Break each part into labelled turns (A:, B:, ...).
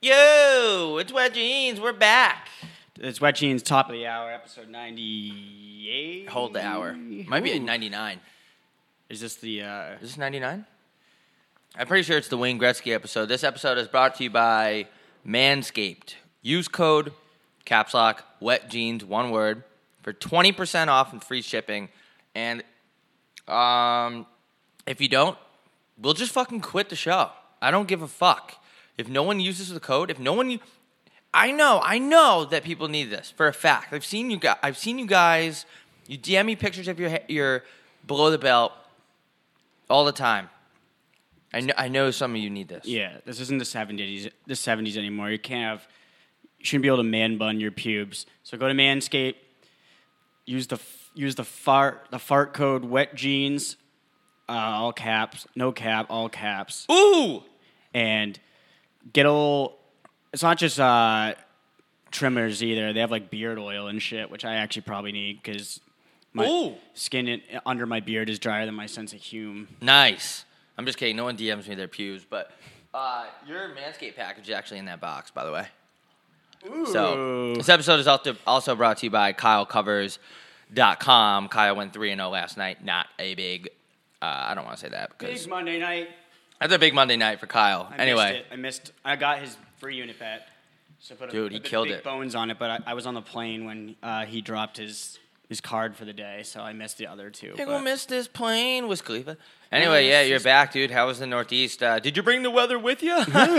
A: Yo, it's Wet Jeans. We're back.
B: It's Wet Jeans, top of the hour, episode 98.
A: Hold the hour. Might be at 99.
B: Is this the. Uh,
A: Is this 99? I'm pretty sure it's the Wayne Gretzky episode. This episode is brought to you by Manscaped. Use code caps lock wet jeans one word for 20% off and free shipping. And um, if you don't, we'll just fucking quit the show. I don't give a fuck. If no one uses the code, if no one u- I know, I know that people need this for a fact. I've seen you guys. I've seen you guys. You DM me pictures of your ha- your below the belt all the time. I know. I know some of you need this.
B: yeah, this isn't the 70s, the 70s anymore. You can't have. You shouldn't be able to man bun your pubes. So go to Manscaped, use the, f- use the, fart, the fart code wet jeans, uh, all caps, no cap, all caps.
A: Ooh,
B: and get old. It's not just uh, trimmers either. They have like beard oil and shit, which I actually probably need because my
A: Ooh.
B: skin in, under my beard is drier than my sense of humor.
A: nice. I'm just kidding. No one DMs me their pews, but uh, your Manscaped package is actually in that box, by the way. So
B: Ooh.
A: this episode is also also brought to you by KyleCovers.com. Kyle went three and zero last night. Not a big. Uh, I don't want to say that because
B: Big Monday night.
A: that's a big Monday night for Kyle.
B: I
A: anyway,
B: missed it. I missed. I got his free unit bet. So put a,
A: Dude, he
B: a bit-
A: killed
B: big
A: it.
B: Bones on it, but I, I was on the plane when uh, he dropped his his card for the day, so I missed the other two.
A: They
B: but-
A: gonna miss this plane, Wiz Khalifa. Anyway, yeah,
B: it's
A: you're
B: just-
A: back, dude. How was the Northeast? Uh, did you bring the weather with you? I killed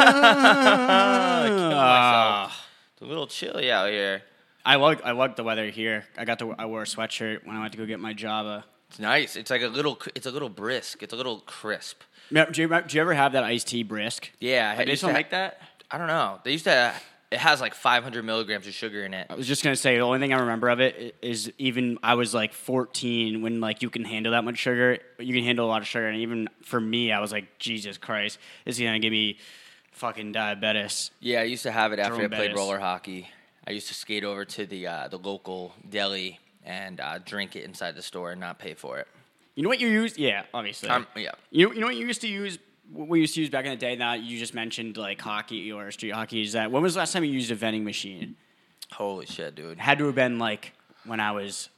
B: Ah.
A: myself. It's a little chilly out here.
B: I like I like the weather here. I got to I wore a sweatshirt when I went to go get my Java.
A: It's nice. It's like a little. cr- It's a little brisk. It's a little crisp.
B: Yeah, Do you, remember- do you ever have that iced tea brisk?
A: Yeah,
B: Like, they
A: used
B: still
A: to ha-
B: make that?
A: I don't know. They used to. It has like 500 milligrams of sugar in it.
B: I was just gonna say the only thing I remember of it i- is even I was like 14 when like you can handle that much sugar. You can handle a lot of sugar, and even for me, I was like, Jesus Christ, this is gonna give me fucking diabetes.
A: Yeah, I used to have it after
B: Jerome
A: I played
B: Bettis.
A: roller hockey. I used to skate over to the uh, the local deli and uh, drink it inside the store and not pay for it.
B: You know what you use? Yeah, obviously.
A: Um, yeah.
B: You you know what you used to use? What we used to use back in the day. Now you just mentioned like hockey or street hockey. Is that when was the last time you used a vending machine?
A: Holy shit, dude.
B: Had to have been like when I was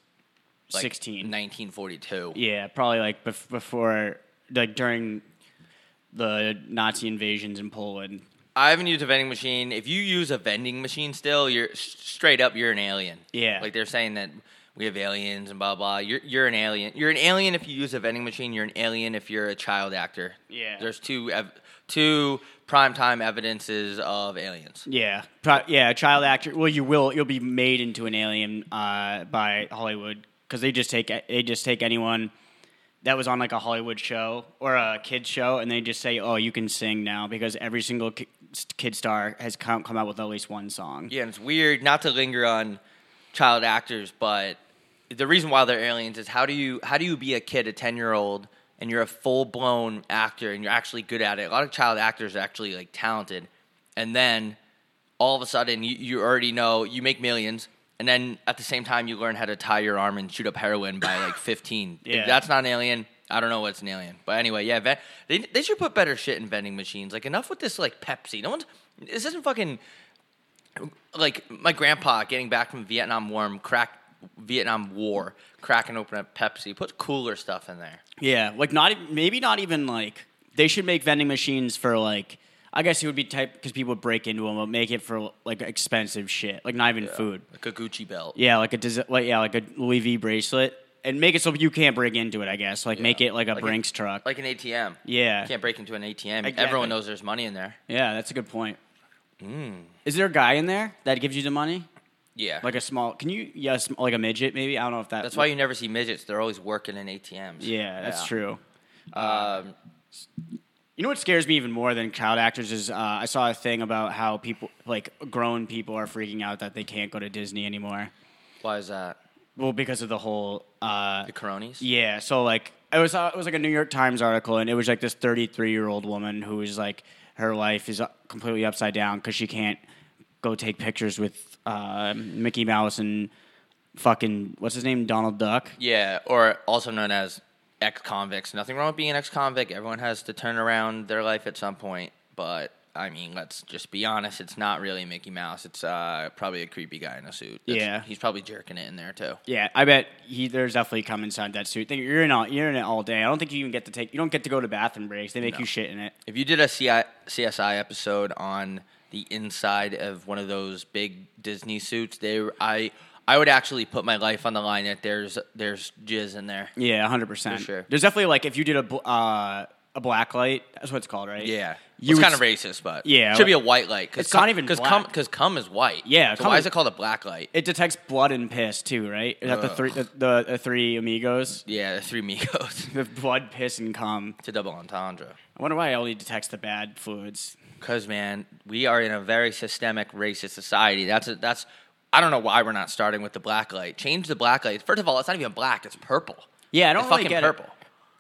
A: Like
B: 16.
A: 1942.
B: Yeah, probably like bef- before, like during the Nazi invasions in Poland.
A: I haven't used a vending machine. If you use a vending machine still, you're s- straight up you're an alien.
B: Yeah.
A: Like they're saying that we have aliens and blah blah. You're you're an alien. You're an alien if you use a vending machine. You're an alien if you're a child actor.
B: Yeah.
A: There's two ev- two primetime evidences of aliens.
B: Yeah, pro- yeah, a child actor. Well, you will. You'll be made into an alien uh, by Hollywood because they just take they just take anyone that was on like a Hollywood show or a kids show, and they just say, "Oh, you can sing now," because every single ki- kid star has come come out with at least one song.
A: Yeah, and it's weird not to linger on child actors, but the reason why they're aliens is how do you how do you be a kid, a ten year old, and you're a full blown actor and you're actually good at it? A lot of child actors are actually like talented, and then all of a sudden you, you already know you make millions, and then at the same time you learn how to tie your arm and shoot up heroin by like fifteen. If
B: Yeah.
A: that's not an alien. I don't know what's an alien, but anyway, yeah, ven- they they should put better shit in vending machines. Like enough with this like Pepsi. No one's this isn't fucking like my grandpa getting back from Vietnam War, crack Vietnam War, cracking open a Pepsi, put cooler stuff in there.
B: Yeah, like not e- maybe not even like they should make vending machines for like I guess it would be type because people would break into them, but make it for like expensive shit, like not even food.
A: like a Gucci belt.
B: Yeah, like a desi- like yeah, like a Louis V bracelet, and make it so you can't break into it. I guess like make it like a
A: Like a-
B: Brinks truck.
A: like an ATM.
B: yeah,
A: can't break into an ATM.
B: Exactly.
A: Everyone knows there's money in there.
B: yeah, that's a good point.
A: Mm.
B: Is there a guy in there that gives you the money?
A: Yeah,
B: Like a small? Can you yes, like a midget maybe? I don't know if that.
A: that's why you never see midgets. They're always working in ATMs.
B: Yeah, that's true.
A: Um,
B: You know what scares me even more than child actors is uh, I saw a thing about how people, like grown people, are freaking out that they can't go to Disney anymore.
A: why is that?
B: Well, because of the whole uh,
A: The Coronies.
B: Yeah, so like it was uh, it was like a New York Times article, and it was like this 33 year old woman who is like her life is uh, completely upside down because she can't go take pictures with uh, Mickey Mouse and fucking what's his name Donald Duck.
A: Yeah, or also known as ex convicts. Nothing wrong with being an ex convict. Everyone has to turn around their life at some point, but I mean, let's just be honest. It's not really Mickey Mouse. It's uh, probably a creepy guy in a suit.
B: Yeah.
A: he's probably jerking it in there too.
B: Yeah, I bet he there's definitely cum inside that suit. Think You're in all you're in it all day. I don't think you even get to take you don't get to go to bathroom breaks. They make you shit in it.
A: If you did a CI, CSI episode on the inside of one of those big Disney suits, they I I would actually put my life on the line that there's there's jizz in there.
B: Yeah, hundred percent.
A: For sure.
B: There's definitely like if you did a bl- uh, a black light. That's what it's called, right?
A: Yeah,
B: You
A: it's
B: would
A: kind of
B: s-
A: racist, but
B: Yeah.
A: should be a white light. Cause
B: It's not even
A: because
B: black.
A: cum because cum is white.
B: Yeah,
A: so
B: cum
A: why
B: is-
A: is it called a black light?
B: It detects blood and piss too, right? Is that the
A: Ugh.
B: three the, the, the three amigos?
A: yeah, the three Migos.
B: The blood, piss, and cum.
A: it's a double entendre.
B: I wonder why it only detects the bad fluids.
A: Because man, we are in a very systemic racist society. That's a, that's I don't know why we're not starting with the black light. Change the black light. First of all, it's not even black; it's purple.
B: Yeah, I don't
A: It's
B: really
A: fucking
B: get
A: purple.
B: it.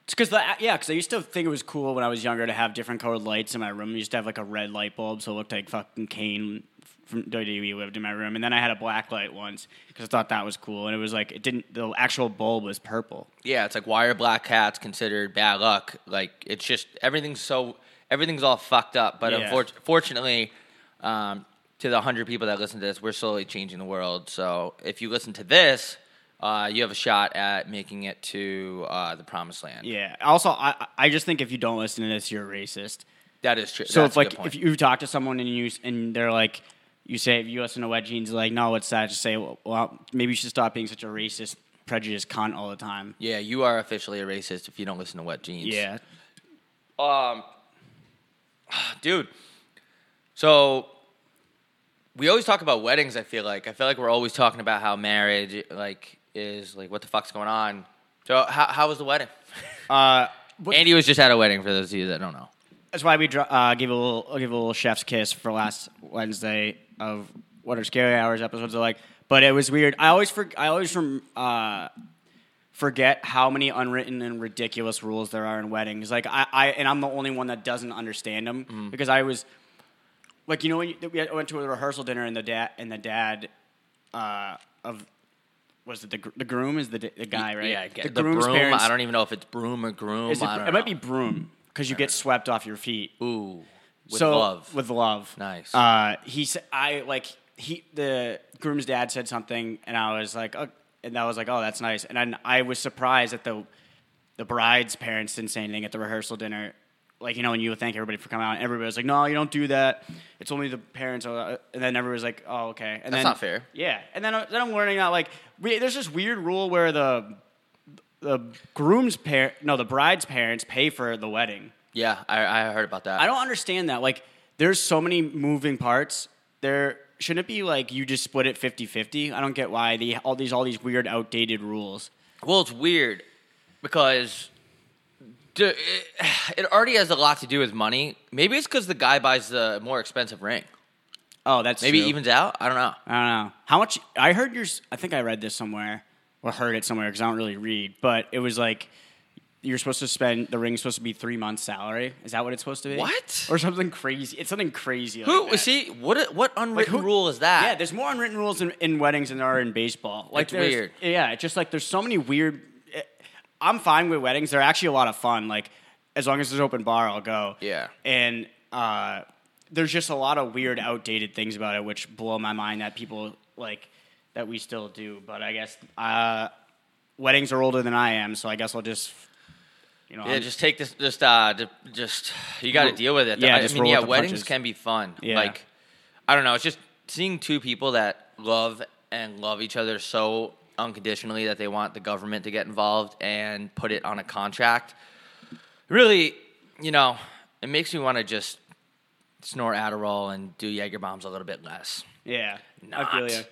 B: It's because yeah, because I used to think it was cool when I was younger to have different colored lights in my room. I used to have like a red light bulb, so it looked like fucking Kane from WWE lived in my room, and then I had a black light once because I thought that was cool, and it was like it didn't. The actual bulb was purple.
A: Yeah, it's like why are black hats considered bad luck? Like it's just everything's so everything's all fucked up. But
B: Yeah.
A: unfor- fortunately, um, to the hundred people that listen to this, we're slowly changing the world. So if you listen to this, uh, you have a shot at making it to uh, the promised land.
B: Yeah. Also, I I- I just think if you don't listen to this, you're a racist.
A: That is true.
B: So
A: That's
B: if
A: a good
B: like
A: point.
B: if you talk to someone and you and they're like, you say if you listen to wet jeans, like no, it's that. Just say well, well, maybe you should stop being such a racist, prejudiced cunt all the time.
A: yeah, you are officially a racist if you don't listen to Wet Jeans.
B: Yeah.
A: dude. So we always talk about weddings. I feel like I feel like we're always talking about how marriage like is like what the fuck's going on. So how how was the wedding?
B: Uh, what-
A: Andy was just at a wedding. For those of you that don't know,
B: That's why we dro- uh, give a little give a little chef's kiss for last Wednesday of what are scary hours episodes are like. But it was weird. I always for- I always from uh, forget how many unwritten and ridiculous rules there are in weddings. Like I, I and I'm the only one that doesn't understand them
A: Mm-hmm.
B: because I was like you know when you, we went to a rehearsal dinner and the dad and the dad uh, of was it the gr- the groom is the, d- the guy right
A: Yeah, I get
B: the,
A: the, broom.
B: groom's parents
A: I don't even know if it's broom or groom.
B: is it,
A: I
B: br-
A: don't
B: it might be
A: know.
B: broom because you get swept off your feet
A: ooh with
B: so,
A: love.
B: With love.
A: Nice.
B: Uh, he said, I like he the groom's dad said something, and I was like, oh, and I was like, oh, that's nice. And then I was surprised that the the bride's parents didn't say anything at the rehearsal dinner. Like you know, and you would thank everybody for coming out, and everybody was like, "No, you don't do that. It's only the parents." uh, And then everybody was like, "Oh, okay." And
A: That's
B: then,
A: not fair.
B: Yeah, and then, I- then I'm learning that like we, there's this weird rule where the the groom's parent, no, the bride's parents pay for the wedding.
A: yeah, I, I heard about that.
B: I don't understand that. Like, there's so many moving parts. There shouldn't it be like you just split it 50-50? I don't get why the all these all these weird outdated rules.
A: Well, it's weird because d- it already has a lot to do with money. Maybe it's because the guy buys the more expensive ring.
B: Oh, that's
A: Maybe
B: true.
A: it evens out. I don't know.
B: I don't know how much. I heard yours. I think I read this somewhere or heard it somewhere because I don't really read. But it was like you're supposed to spend the ring's supposed to be three months' salary. Is that what it's supposed to be?
A: What?
B: or something crazy? It's something crazy.
A: Who
B: like that.
A: see what what
B: Like,
A: unwritten
B: who-
A: rule is that?
B: Yeah, there's more unwritten rules in, in weddings than there are in baseball. Like
A: It's
B: there's-
A: weird.
B: Yeah, it's just like there's so many weird. eh, I'm fine with weddings. They're actually a lot of fun. Like as long as there's open bar, I'll go.
A: Yeah.
B: And uh, there's just a lot of weird, outdated things about it, which blow my mind that people like that we still do. But I guess uh, weddings are older than I am, so I guess I'll just. You know,
A: Yeah,
B: I'm-
A: just take this. Just uh, d- just you got to
B: Ro-
A: deal with it.
B: yeah,
A: I
B: just
A: mean,
B: roll
A: yeah,
B: with the
A: weddings
B: punches.
A: can be fun.
B: Yeah.
A: Like, I don't know. It's just seeing two people that love and love each other so unconditionally that they want the government to get involved and put it on a contract. Really, you know, it makes me want to just snort Adderall and do Jaeger bombs a little bit less.
B: yeah.
A: Not.
B: I feel ya.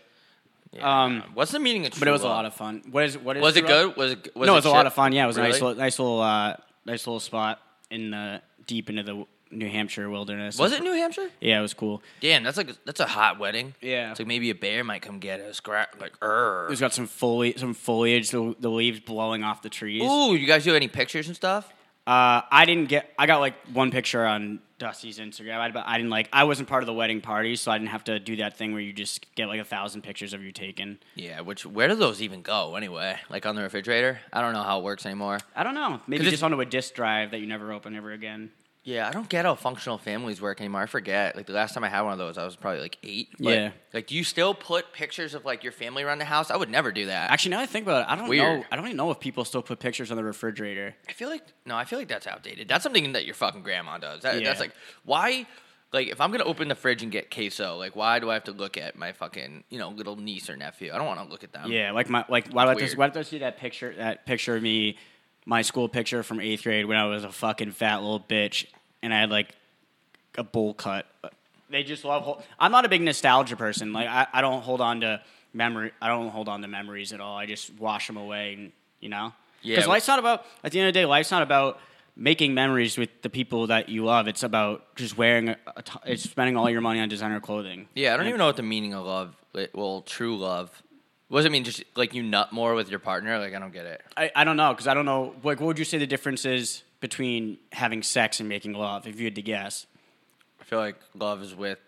A: Yeah.
B: Um,
A: What's the meaning of?
B: But it was a
A: true love?
B: lot of fun. What is what is
A: Was it
B: Rob?
A: good? Was it? Was
B: no, it was a lot
A: shit?
B: of fun. Yeah, it was a nice
A: Really?
B: little, nice little, uh, nice little spot in the deep into the New Hampshire wilderness.
A: Was it New Hampshire?
B: Yeah, it was cool.
A: Damn, that's like that's a hot wedding.
B: Yeah.
A: it's like maybe a bear might come get us. Gra- like, er.
B: It's got some foli- some foliage, the, the leaves blowing off the trees. Uh,
A: Ooh, you guys do any pictures and stuff?
B: I didn't get. I got like one picture on Dusty's Instagram, I, but I didn't like. I wasn't part of the wedding party, so I didn't have to do that thing where you just get like a thousand pictures of you taken.
A: Yeah. Which where do those even go anyway? Like on the refrigerator? I don't know how it works anymore.
B: I don't know. Maybe
A: Cause
B: just onto a disk drive that you never open ever again.
A: Yeah, I don't get how functional families work anymore. I forget. Like the last time I had one of those, I was probably like eight. But,
B: Yeah.
A: Like, do you still put pictures of like your family around the house? I would never do that.
B: Actually, now that I think about it, I don't
A: Weird.
B: know. I don't even know if people still put pictures on the refrigerator.
A: I feel like no, I feel like that's outdated. That's something that your fucking grandma does. That,
B: Yeah.
A: That's like why, like if I'm gonna open the fridge and get queso, like why do I have to look at my fucking you know little niece or nephew? I don't want to look at them.
B: Yeah, like my like why did I
A: weird.
B: just why did I see that picture that picture of me, my school picture from eighth grade when I was a fucking fat little bitch and I had like a bowl cut. They just love. Hol- I'm not a big nostalgia person. Like I, I don't hold on to memory. I don't hold on to memories at all. I just wash them away, and you know.
A: Yeah.
B: Because life's not about. At the end of the day, life's not about making memories with the people that you love. It's about just wearing. A, a t- it's spending all your money on designer clothing.
A: Yeah, I don't
B: And-
A: even know what the meaning of love, like, well, true love. What does it mean? Just like you nut more with your partner? Like I don't get it.
B: I, I don't know because I don't know. Like, what would you say the difference is between having sex and making love? If you had to guess,
A: I feel like love is with,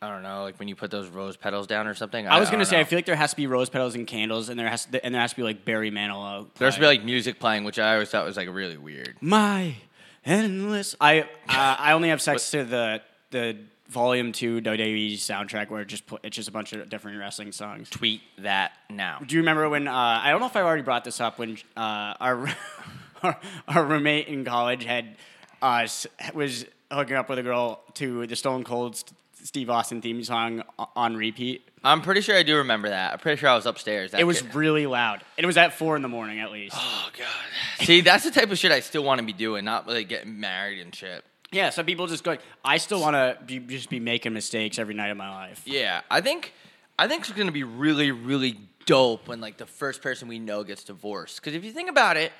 A: I don't know, like when you put those rose petals down or something.
B: I was gonna
A: don't
B: say I
A: know.
B: feel like there has to be rose petals and candles, and there has to, and there has to be like Barry Manilow.
A: there has to be like music playing, which I always thought was like really weird.
B: my endless. I uh, I only have sex to the the volume two WWE soundtrack where it just pl- it's just a bunch of different wrestling songs.
A: Tweet that now.
B: Do you remember when? Uh, I don't know if I already brought this up when uh, our, our our roommate in college had uh, s- was hooking up with a girl to the Stone Cold St- Steve Austin theme song o- on repeat.
A: I'm pretty sure I do remember that. I'm pretty sure I was upstairs. That
B: It was
A: kid-
B: really loud. It was at four in the morning at least.
A: Oh god. See, that's the type of shit I still want to be doing, not like getting married and shit.
B: yeah, some people just go. I still want to be, just be making mistakes every night of my life.
A: Yeah, I think, I think it's gonna be really, really dope when like the first person we know gets divorced. Because if you think about it,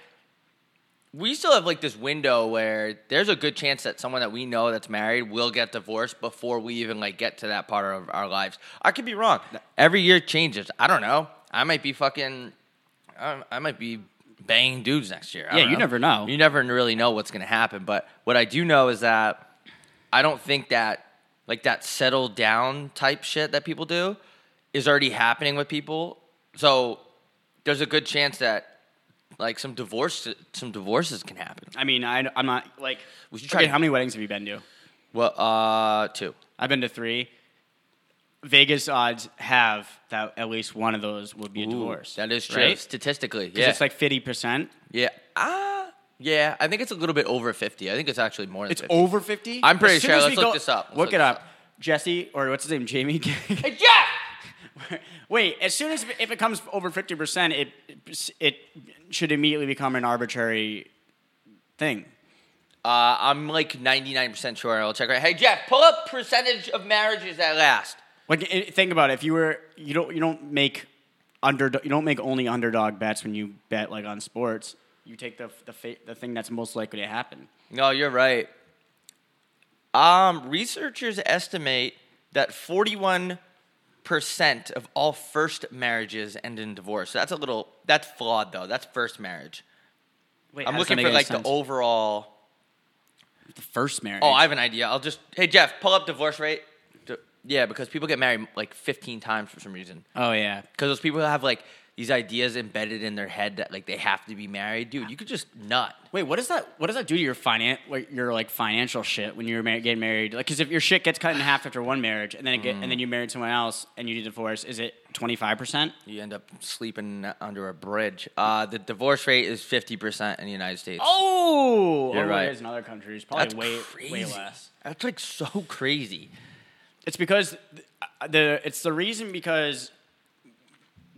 A: we still have like this window where there's a good chance that someone that we know that's married will get divorced before we even like get to that part of our lives. I could be wrong. Every year changes. I don't know. I might be fucking. I, I might be banging dudes next year. I
B: Yeah,
A: don't
B: you never know.
A: You never really know what's gonna happen. But what I do know is that I don't think that like that settle down type shit that people do is already happening with people. So there's a good chance that like some divorce some divorces can happen.
B: I mean, I, I'm not like.
A: We should
B: okay,
A: try to-
B: how many weddings have you been to?
A: Well, uh, two.
B: I've been to three. Vegas odds have that at least one of those would be a divorce.
A: That is true
B: right?
A: statistically.
B: Because
A: Yeah,
B: It's like fifty percent.
A: yeah, ah, yeah. I think it's a little bit over fifty. I think it's actually more than
B: It's
A: 50.
B: over fifty.
A: I'm pretty
B: As soon
A: sure.
B: as
A: Let's
B: we
A: look this up. Let's
B: look
A: look
B: it
A: this
B: up.
A: up.
B: Jesse or what's his name? Jamie.
A: Hey, Jeff!
B: Wait. As soon as if it comes over fifty percent, it it should immediately become an arbitrary thing.
A: Uh, I'm like 99% sure. I'll check right. Hey, Jeff, pull up percentage of marriages that last.
B: Like i- think about it. If you were you don't you don't make under you don't make only underdog bets when you bet like on sports. You take the the fa- the thing that's most likely to happen.
A: No, you're right. Um, researchers estimate that 41% of all first marriages end in divorce. That's a little, that's flawed though. That's first marriage.
B: Wait,
A: I'm
B: how does that
A: looking
B: make
A: for
B: any
A: like
B: sense?
A: the overall.
B: the first marriage.
A: Oh, I have an idea. I'll just, hey, Jeff, pull up divorce rate. D- Yeah, because people get married like 15 times for some reason.
B: oh yeah.
A: Because those people have like these ideas embedded in their head that like they have to be married. Dude, you could just nut.
B: Wait, what does that? What does that do to your finan- like your like financial shit when you're mar- getting married? Like, because if your shit gets cut in half after one marriage, and then it get, and then you married someone else and you divorce, is it twenty five percent?
A: You end up sleeping under a bridge. Uh, the divorce rate is 50% in the United States.
B: Oh,
A: You're
B: oh,
A: right.
B: It is in other countries, probably way way less.
A: That's like so crazy.
B: It's because th- uh, the it's the reason because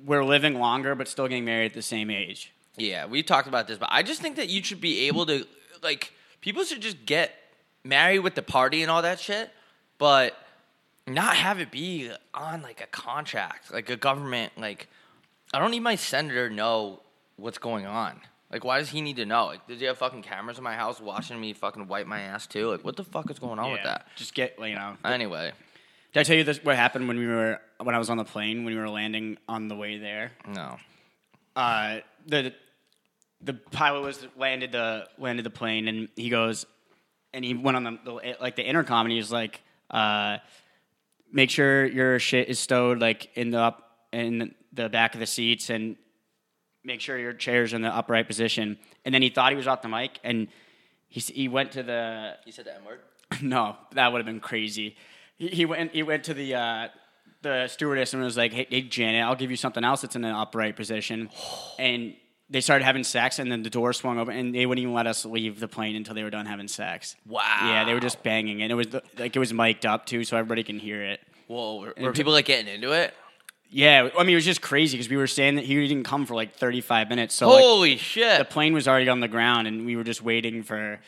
B: we're living longer but still getting married at the same age.
A: Yeah, we talked about this, but I just think that you should be able to like people should just get married with the party and all that shit, but not have it be on like a contract, like a government. Like, I don't need my senator to know what's going on. Like, why does he need to know? Like, does he have fucking cameras in my house watching me fucking wipe my ass too? Like, what the fuck is going on with that?
B: Just get like, you know.
A: Anyway,
B: Did I tell you this? What happened when we were when I was on the plane when we were landing on the way there?
A: no.
B: uh, the the pilot was landed the landed the plane, and he goes, and he went on the, the like the intercom, and he was like, uh, "Make sure your shit is stowed like in the up in the back of the seats, and make sure your chair's in the upright position." And then he thought he was off the mic, and He s- he went to the
A: You said the M word.
B: no, that would have been crazy. He, he went he went to the uh, the stewardess and was like, hey, hey, Janet, I'll give you something else that's in an upright position." And they started having sex, and then the door swung open, and they wouldn't even let us leave the plane until they were done having sex.
A: Wow.
B: Yeah, they were just banging, and it was the, like it was mic'd up too, so everybody can hear it.
A: Whoa, were, were people like getting into it?
B: Yeah, I mean it was just crazy because we were saying that he didn't come for like 35 minutes, so like,
A: Holy
B: the
A: shit!
B: plane was already on the ground and we were just waiting for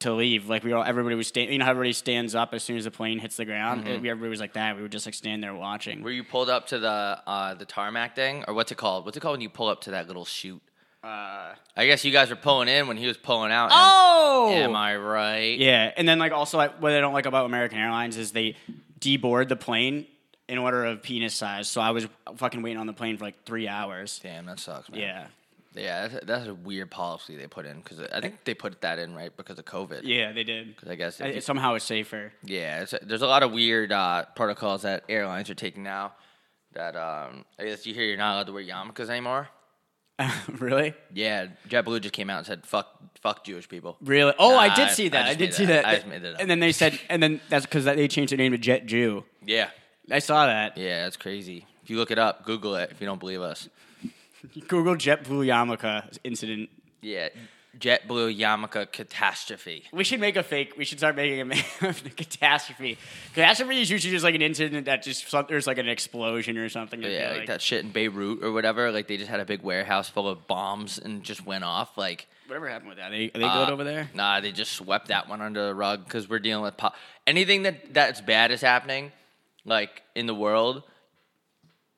B: to leave. Like we all, everybody was standing. You know, how everybody stands up as soon as the plane hits the ground.
A: Mm-hmm.
B: It- everybody was like that. We were just like standing there watching.
A: were you pulled up to the uh, the tarmac thing, or what's it called? What's it called when you pull up to that little chute?
B: Uh,
A: I guess you guys were pulling in when he was pulling out. Am-
B: oh,
A: Am I right?
B: yeah. And then like also I, what I don't like about American Airlines is they deboard the plane in order of penis size. So I was fucking waiting on the plane for like three hours.
A: Damn, that sucks, man.
B: Yeah,
A: yeah, that's, that's a weird policy they put in because I think they put that in right because of COVID.
B: yeah, they did.
A: 'Cause I guess if
B: I-
A: you-
B: somehow it's safer.
A: Yeah, it's, there's a lot of weird uh, protocols that airlines are taking now. That um, I guess you hear you're not allowed to wear yarmulkes anymore.
B: really,
A: Yeah, JetBlue just came out and said fuck fuck Jewish people.
B: really. Oh, I
A: Nah,
B: did
A: I-
B: see
A: I
B: that. I,
A: just
B: did
A: made
B: see
A: that
B: that.
A: up. I just made that up.
B: And then they said, and then that's because they changed their name to Jet Jew.
A: Yeah,
B: I saw that.
A: yeah, that's crazy. If you look it up, Google it. If you don't believe us,
B: Google JetBlue Yamaka incident.
A: yeah, JetBlue yarmulke catastrophe.
B: We should make a fake. We should start making a, ma- a catastrophe. Catastrophe is usually just like an incident that just some, there's like an explosion or something. I feel
A: Yeah, like, that shit in Beirut or whatever. Like they just had a big warehouse full of bombs and just went off. Like
B: Whatever happened with that? They, are they
A: Uh,
B: good over there?
A: Nah, they just swept that one under the rug because we're dealing with po- anything that that's bad is happening, like in the world.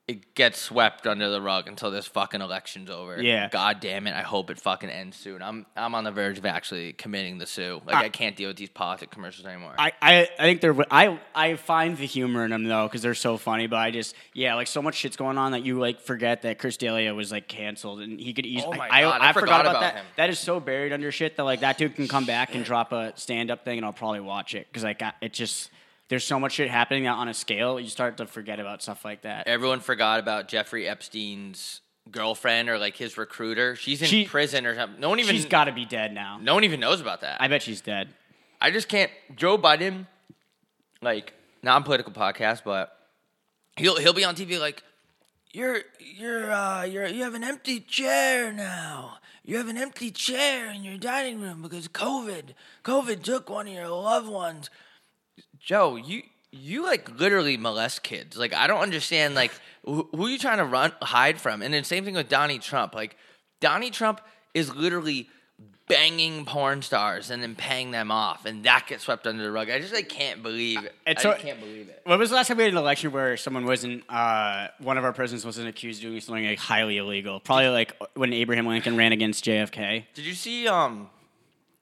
A: It gets swept under the rug until this fucking election's over.
B: Yeah.
A: God damn it! I hope it fucking ends soon. I'm I'm on the verge of actually committing the sue. Like I, can't deal with these politic commercials anymore.
B: I, I, I think they're. I, I find the humor in them though because they're so funny. But I just yeah, like so much shit's going on that you like forget that Chris D'Elia was like canceled and he could easily.
A: Oh my
B: I,
A: God, I forgot about
B: that.
A: him.
B: That is so buried under shit that like that dude can come back and drop a stand up thing and I'll probably watch it because like I- it just there's so much shit happening that on a scale you start to forget about stuff like that.
A: Everyone forgot about Jeffrey Epstein's girlfriend or like his recruiter. She's in
B: She-
A: prison or something. No one even
B: She's got to be dead now.
A: no one even knows about that.
B: I bet she's dead.
A: I just can't. Joe Biden, like non-political podcast, but he'll he'll be on TV like you're you're uh you're you have an empty chair now. You have an empty chair in your dining room because COVID COVID took one of your loved ones. Joe, you you like literally molest kids. Like I don't understand. Like who, who are you trying to run hide from? And then same thing with Donnie Trump. Like Donnie Trump is literally banging porn stars and then paying them off, and that gets swept under the rug. I just like can't believe it.
B: It's
A: I
B: so-
A: just can't believe it.
B: When was the last time we had an election where someone wasn't, uh, one of our presidents wasn't accused of doing something like highly illegal? Probably like when Abraham Lincoln ran against JFK.
A: Did you see um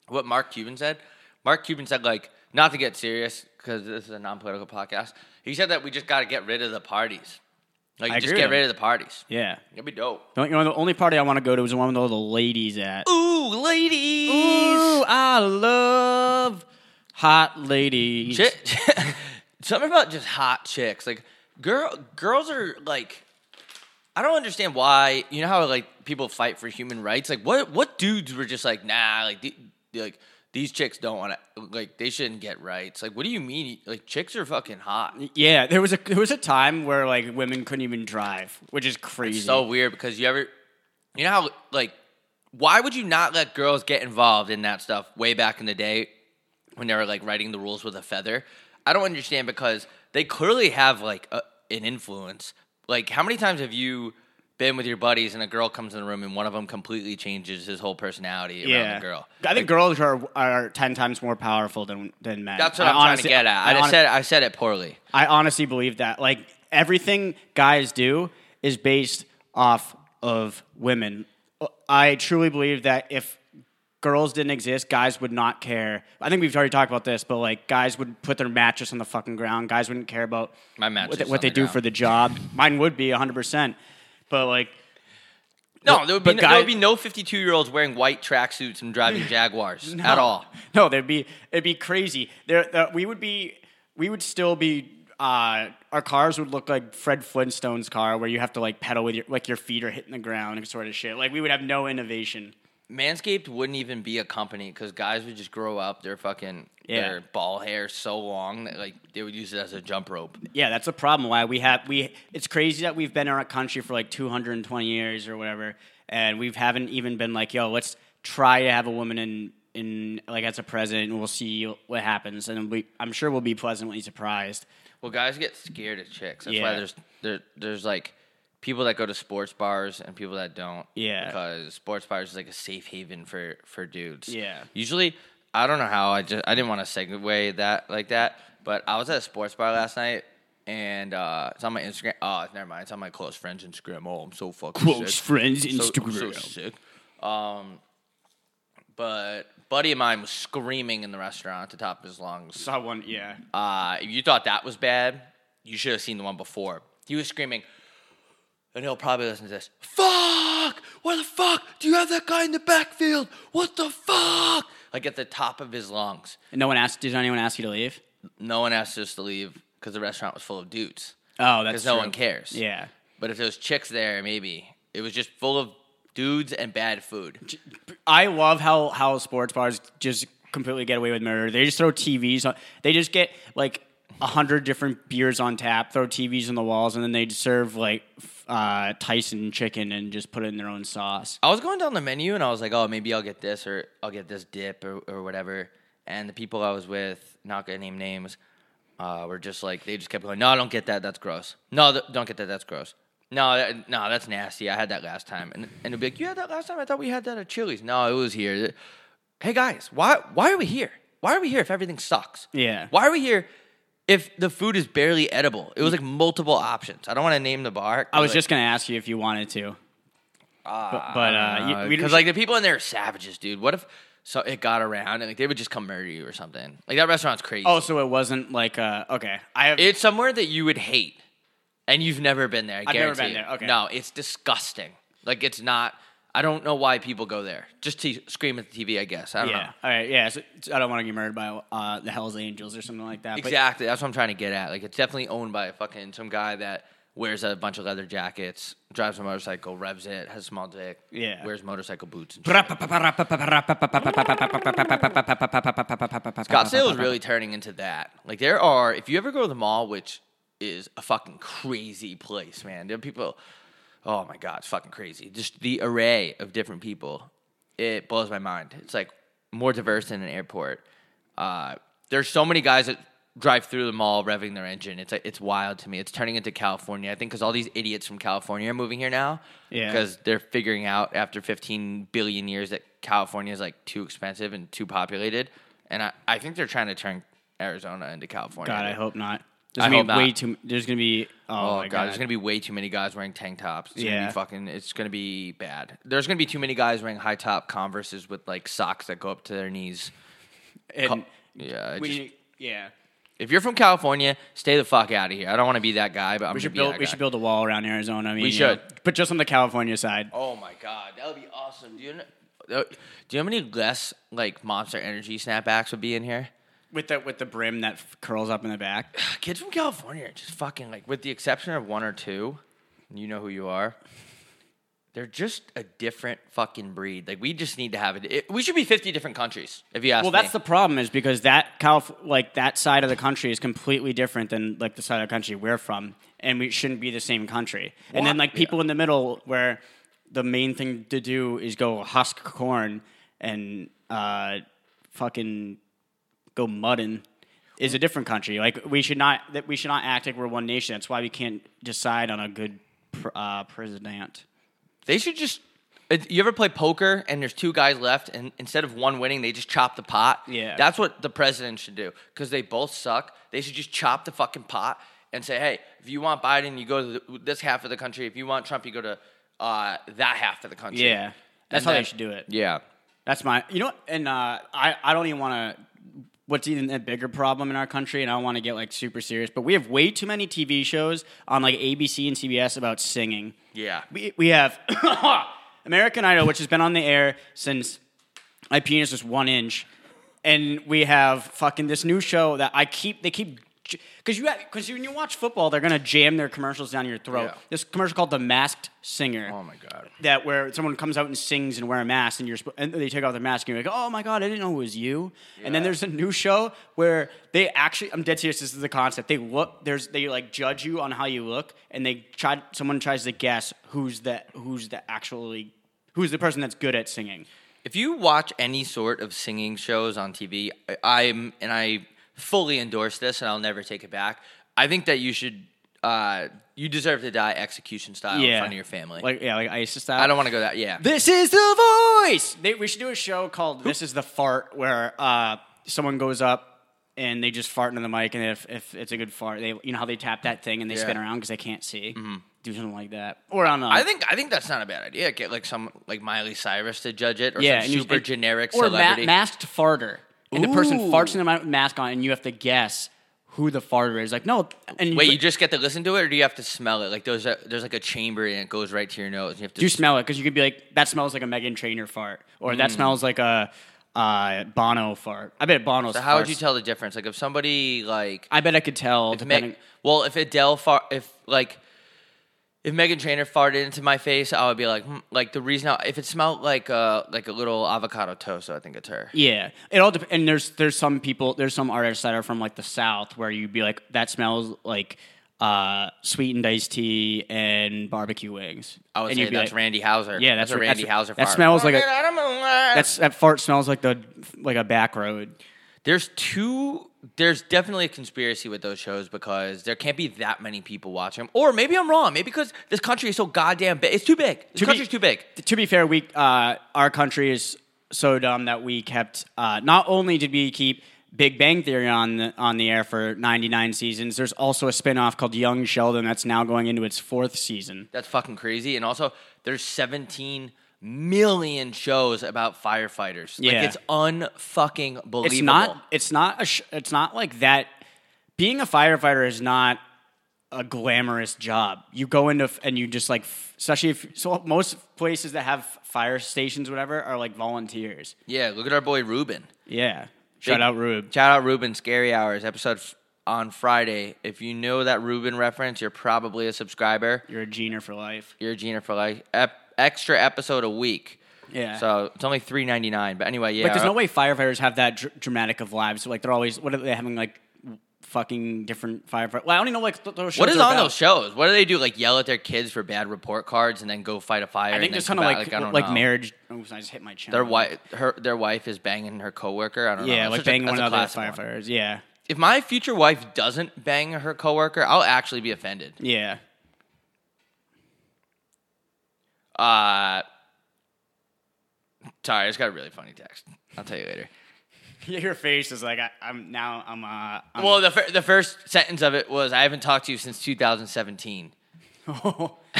A: what Mark Cuban said? Mark Cuban said like not to get serious because this is a non-political podcast. He said that we just got to get rid of the parties. Like
B: I
A: just
B: agree
A: get
B: with
A: rid
B: him.
A: of the parties.
B: Yeah.
A: It'd be dope.
B: The only- you know, the only party I want to go to is the one with all the ladies at.
A: Ooh, ladies.
B: Ooh, I love hot ladies.
A: Chi- something about just hot chicks. Like girl, girls are like. I don't understand why. You know how like people fight for human rights. Like what what dudes were just like nah like the, like these chicks don't want to like they shouldn't get rights. Like what do you mean? Like chicks are fucking hot.
B: Yeah, there was a there was a time where like women couldn't even drive, which is crazy.
A: It's so weird because you ever you know how like why would you not let girls get involved in that stuff way back in the day when they were like writing the rules with a feather i don't understand because they clearly have like a, an influence like how many times have you been with your buddies and a girl comes in the room and one of them completely changes his whole personality around
B: yeah,
A: the girl
B: I think girls are are ten times more powerful than than men.
A: that's what
B: I
A: i'm
B: honestly-
A: trying to get at i, just
B: honest-
A: said i said it poorly
B: I honestly believe that. Like everything guys do is based off of women. I truly believe that if girls didn't exist, guys would not care. I think we've already talked about this, but like guys would put their mattress on the fucking ground. Guys wouldn't care about
A: My
B: what
A: mattress
B: they,
A: is
B: what
A: on
B: they
A: the
B: do
A: ground.
B: for the job. Mine would be 100%. But like
A: no there would, be
B: but
A: no, there
B: guy-
A: would be no 52 year olds wearing white tracksuits and driving jaguars at all
B: No, there'd be it'd be crazy. There, the, we would be we would still be. Uh, our cars would look like Fred Flintstone's car, where you have to like pedal with your like your feet are hitting the ground and sort of shit. Like we would have no innovation.
A: Manscaped wouldn't even be a company because guys would just grow up their fucking
B: Yeah.
A: their ball hair so long that like they would use it as a jump rope.
B: Yeah, that's the problem. Why we have we? It's crazy that we've been in our country for like 220 years or whatever, and we haven't even been like, yo, let's try to have a woman in in like as a president, and we'll see what happens. And we, I'm sure we'll be pleasantly surprised.
A: Well, guys get scared of chicks. That's why
B: Yeah.
A: there's there, there's like people that go to sports bars and people that don't.
B: Yeah.
A: Because sports bars is like a safe haven for for dudes.
B: Yeah.
A: Usually, I don't know how I just I didn't want to segue that like that, but I was at a sports bar last night. And uh, it's on my Instagram. Oh, never mind. It's on my close friends Instagram. Oh, I'm so fucking
B: Close
A: sick.
B: friends
A: So- So,
B: Instagram.
A: sick. Um, but buddy of mine was screaming in the restaurant at the top of his lungs.
B: Saw one, yeah.
A: Uh, if you thought that was bad, you should have seen the one before. He was screaming, and he'll probably listen to this. Fuck! What the fuck? Do you have that guy in the backfield? What the fuck? Like at the top of his lungs.
B: And no one asked. Did anyone ask you to leave?
A: No one asked us to leave because the restaurant was full of dudes.
B: Oh, that's
A: Because no
B: true.
A: one cares.
B: Yeah,
A: But if there was chicks there, maybe it was just full of dudes and bad food.
B: I love how how sports bars just completely get away with murder. They just throw TVs on. They just get like a hundred different beers on tap, throw TVs on the walls, and then they serve like f- uh, Tyson chicken and just put it in their own sauce.
A: I was going down the menu and I was like, oh, maybe I'll get this or I'll get this dip or, or whatever. And the people I was with, not gonna name names, uh, were just like, they just kept going, no, I don't get that. That's gross. No, th- don't get that. That's gross. No, that, no, that's nasty. I had that last time. And, and they'd be like, you had that last time? I thought we had that at Chili's. No, it was here. Hey, guys, why, why are we here? Why are we here if everything sucks?
B: Yeah.
A: Why are we here if the food is barely edible? It was like multiple options. I don't wanna name the bar.
B: I was just gonna ask you if you wanted to, but, but uh, you- we
A: because
B: just,
A: like the people in there are savages, dude. What if so it got around and like they would just come murder you or something? Like that restaurant's crazy.
B: oh, so it wasn't like uh, okay. I have
A: it's somewhere that you would hate, and you've never been there. I
B: I've never
A: guarantee
B: been
A: it.
B: there, okay.
A: no, it's disgusting. Like it's not. I don't know why people go there just to scream at the TV. I guess I don't know.
B: yeah. All right, yeah. So, so I don't want to get murdered by uh, the Hell's Angels or something like that. but-
A: Exactly. That's what I'm trying to get at. Like it's definitely owned by a fucking some guy that wears a bunch of leather jackets, drives a motorcycle, revs it, has a small dick,
B: Yeah.
A: wears motorcycle boots. And shit. Scottsdale
B: Scottsdale
A: is really turning into that. Like there are, if you ever go to the mall, which is a fucking crazy place, man. There are people. Oh my god, it's fucking crazy. Just the array of different people, it blows my mind. It's like more diverse than an airport. Uh, there's so many guys that drive through the mall revving their engine. It's like, it's wild to me. It's turning into California. I think because all these idiots from California are moving here now.
B: Yeah.
A: Because they're figuring out after 15 billion years that California is like too expensive and too populated. And I, I think they're trying to turn Arizona into California.
B: God, I hope not. There's
A: I
B: gonna
A: hope
B: be
A: not.
B: way too. There's gonna be. Oh,
A: Oh,
B: my
A: god. there's gonna be way too many guys wearing tank tops. It's gonna
B: Yeah.
A: be fucking it's gonna be bad. There's gonna be too many guys wearing high top converses with like socks that go up to their knees.
B: And
A: Yeah. I
B: we,
A: just-
B: need- yeah.
A: if you're from California, stay the fuck out of here. I don't wanna be that guy, but I'm
B: We
A: gonna
B: should
A: be
B: build.
A: that
B: We
A: guy.
B: should build a wall around Arizona. I mean,
A: We
B: you
A: should.
B: know, but just on the California side.
A: Oh my god, that would be awesome. Do you know, uh, do you know how many less like monster energy snapbacks would be in here?
B: With the with the brim that f- curls up in the back.
A: Kids from California are just fucking like, with the exception of one or two, and you know who you are. They're just a different fucking breed. Like we just need to have it. it we should be fifty different countries. If you ask
B: Well,
A: me.
B: that's the problem is because that Calif- like that side of the country is completely different than like the side of the country we're from, and we shouldn't be the same country. And then
A: Why-
B: like people in the middle where the main thing to do is go husk corn and uh, fucking go mudding is a different country. Like we should not that we should not act like we're one nation. That's why we can't decide on a good pr- uh, president.
A: they should just. it- You ever play poker and there's two guys left, and instead of one winning, they just chop the pot?
B: Yeah.
A: That's what the president should do because they both suck. They should just chop the fucking pot and say, hey, if you want Biden, you go to the, this half of the country. If you want Trump, you go to uh, that half of the country.
B: Yeah, that's
A: And
B: how
A: then-
B: they should do it.
A: Yeah.
B: That's my, you know, what? and uh, I, I don't even want to. What's even a bigger problem in our country, and I don't want to get like super serious, but we have way too many TV shows on like ABC and CBS about singing.
A: Yeah.
B: We we have American Idol, which has been on the air since my penis was one inch, and we have fucking this new show that I keep. They keep because you because when you watch football, they're gonna jam their commercials down your throat.
A: Yeah.
B: This commercial called "The Masked Singer."
A: Oh my god.
B: that where someone comes out and sings and wear a mask and you're sp- and they take off their mask and you're like, oh my god, I didn't know it was you. And then
A: Yeah.
B: there's a new show where they actually, I'm dead serious. This is the concept. They look, there's they like judge you on how you look, and they try. Someone tries to guess who's the who's the actually who's the person that's good at singing.
A: If you watch any sort of singing shows on TV, I- I'm and I fully endorse this, and I'll never take it back. I think that you should, uh, you deserve to die execution style in front of your family.
B: Like yeah, like Isis style.
A: I don't want to go that. Yeah,
B: This is the voice. They, we should do a show called "This Is the Fart," where uh, someone goes up and they just fart into the mic, and if, if it's a good fart, they you know how they tap that thing and they
A: Yeah. Mm-hmm.
B: spin around because they can't see. Do something like that, or on.
A: I think I think that's not a bad idea. Get like some like Miley Cyrus to judge it, or
B: yeah,
A: some
B: and you-
A: super
B: and-
A: generic
B: or ma-
A: celebrity.
B: masked farter, and the person
A: Ooh.
B: farts in the mi- mask on, and you have to guess who the farter is. Like no, and
A: Wait, you just get to listen to it, or do you have to smell it? Like there's a, there's like a chamber and it goes right to your nose. And you have to
B: do smell it because you could be like that smells like a Megan Trainor fart, or
A: Mm.
B: that smells like a uh, Bono fart. I bet Bono's.
A: So how would
B: farts-
A: you tell the difference? Like if somebody like
B: I bet I could tell.
A: Meg-
B: Depending,
A: well, if Adele far, if like, if Megan Trainor farted into my face, I would be like, hmm, like the reason. I, if it smelled like uh like a little avocado toast, I think it's her.
B: Yeah, it all depends. And there's there's some people there's some artists that are from like the South where you'd be like that smells like uh, sweetened iced tea and barbecue wings.
A: I would
B: and
A: say
B: you'd be
A: that's
B: like-
A: Randy Hauser.
B: Yeah, that's
A: a
B: what-
A: Randy
B: that's-
A: Hauser.
B: that
A: fart.
B: smells like a-
A: That's
B: That's that fart smells like the like a back road.
A: there's two. There's definitely a conspiracy with those shows because there can't be that many people watching them. Or maybe I'm wrong. Maybe because this country is so goddamn big. It's too big. This
B: To be-
A: country's too big.
B: To be fair, we uh, our country is so dumb that we kept uh, not only did we keep Big Bang Theory on the, on the air for 99 seasons. There's also a spin-off called Young Sheldon that's now going into its fourth season.
A: That's fucking crazy. And also, there's 17 million shows about firefighters.
B: Yeah.
A: Like it's unfucking believable.
B: it's not it's not a sh- it's not like that being a firefighter is not a glamorous job you go into f- and you just like f- especially if so most places that have fire stations whatever are like volunteers
A: Yeah, look at our boy Ruben.
B: yeah shout
A: Big-
B: out rube
A: Shout out Ruben Scary Hours episode f- on Friday. If you know that Ruben reference, you're probably a subscriber.
B: you're a gener for life
A: You're a Gina for like ep- extra episode a week.
B: yeah
A: So it's only three ninety nine. But anyway, yeah.
B: like there's no way firefighters have that dr- dramatic of lives like they're always what are they having like fucking different firefighters well i only know like th- those shows
A: what is
B: are
A: on
B: about.
A: those shows? What do they do? Like yell at their kids for bad report cards and then go fight a fire?
B: i think
A: and then
B: there's
A: come
B: kind of
A: back?
B: like
A: I
B: like,
A: don't know.
B: marriage oh, i just hit my chin
A: Their wife, her, their wife is banging her coworker. I don't know.
B: yeah
A: That's
B: like
A: such a-
B: banging
A: that's
B: one
A: a
B: of the
A: classic one.
B: firefighters yeah
A: If my future wife doesn't bang her coworker, I'll actually be offended.
B: Yeah.
A: Uh, sorry, I just got a really funny text. I'll tell you later.
B: Your face is like I, I'm now. I'm. Uh, I'm
A: Well, the fir- the first sentence of it was, "I haven't talked to you since 2017,"
B: oh,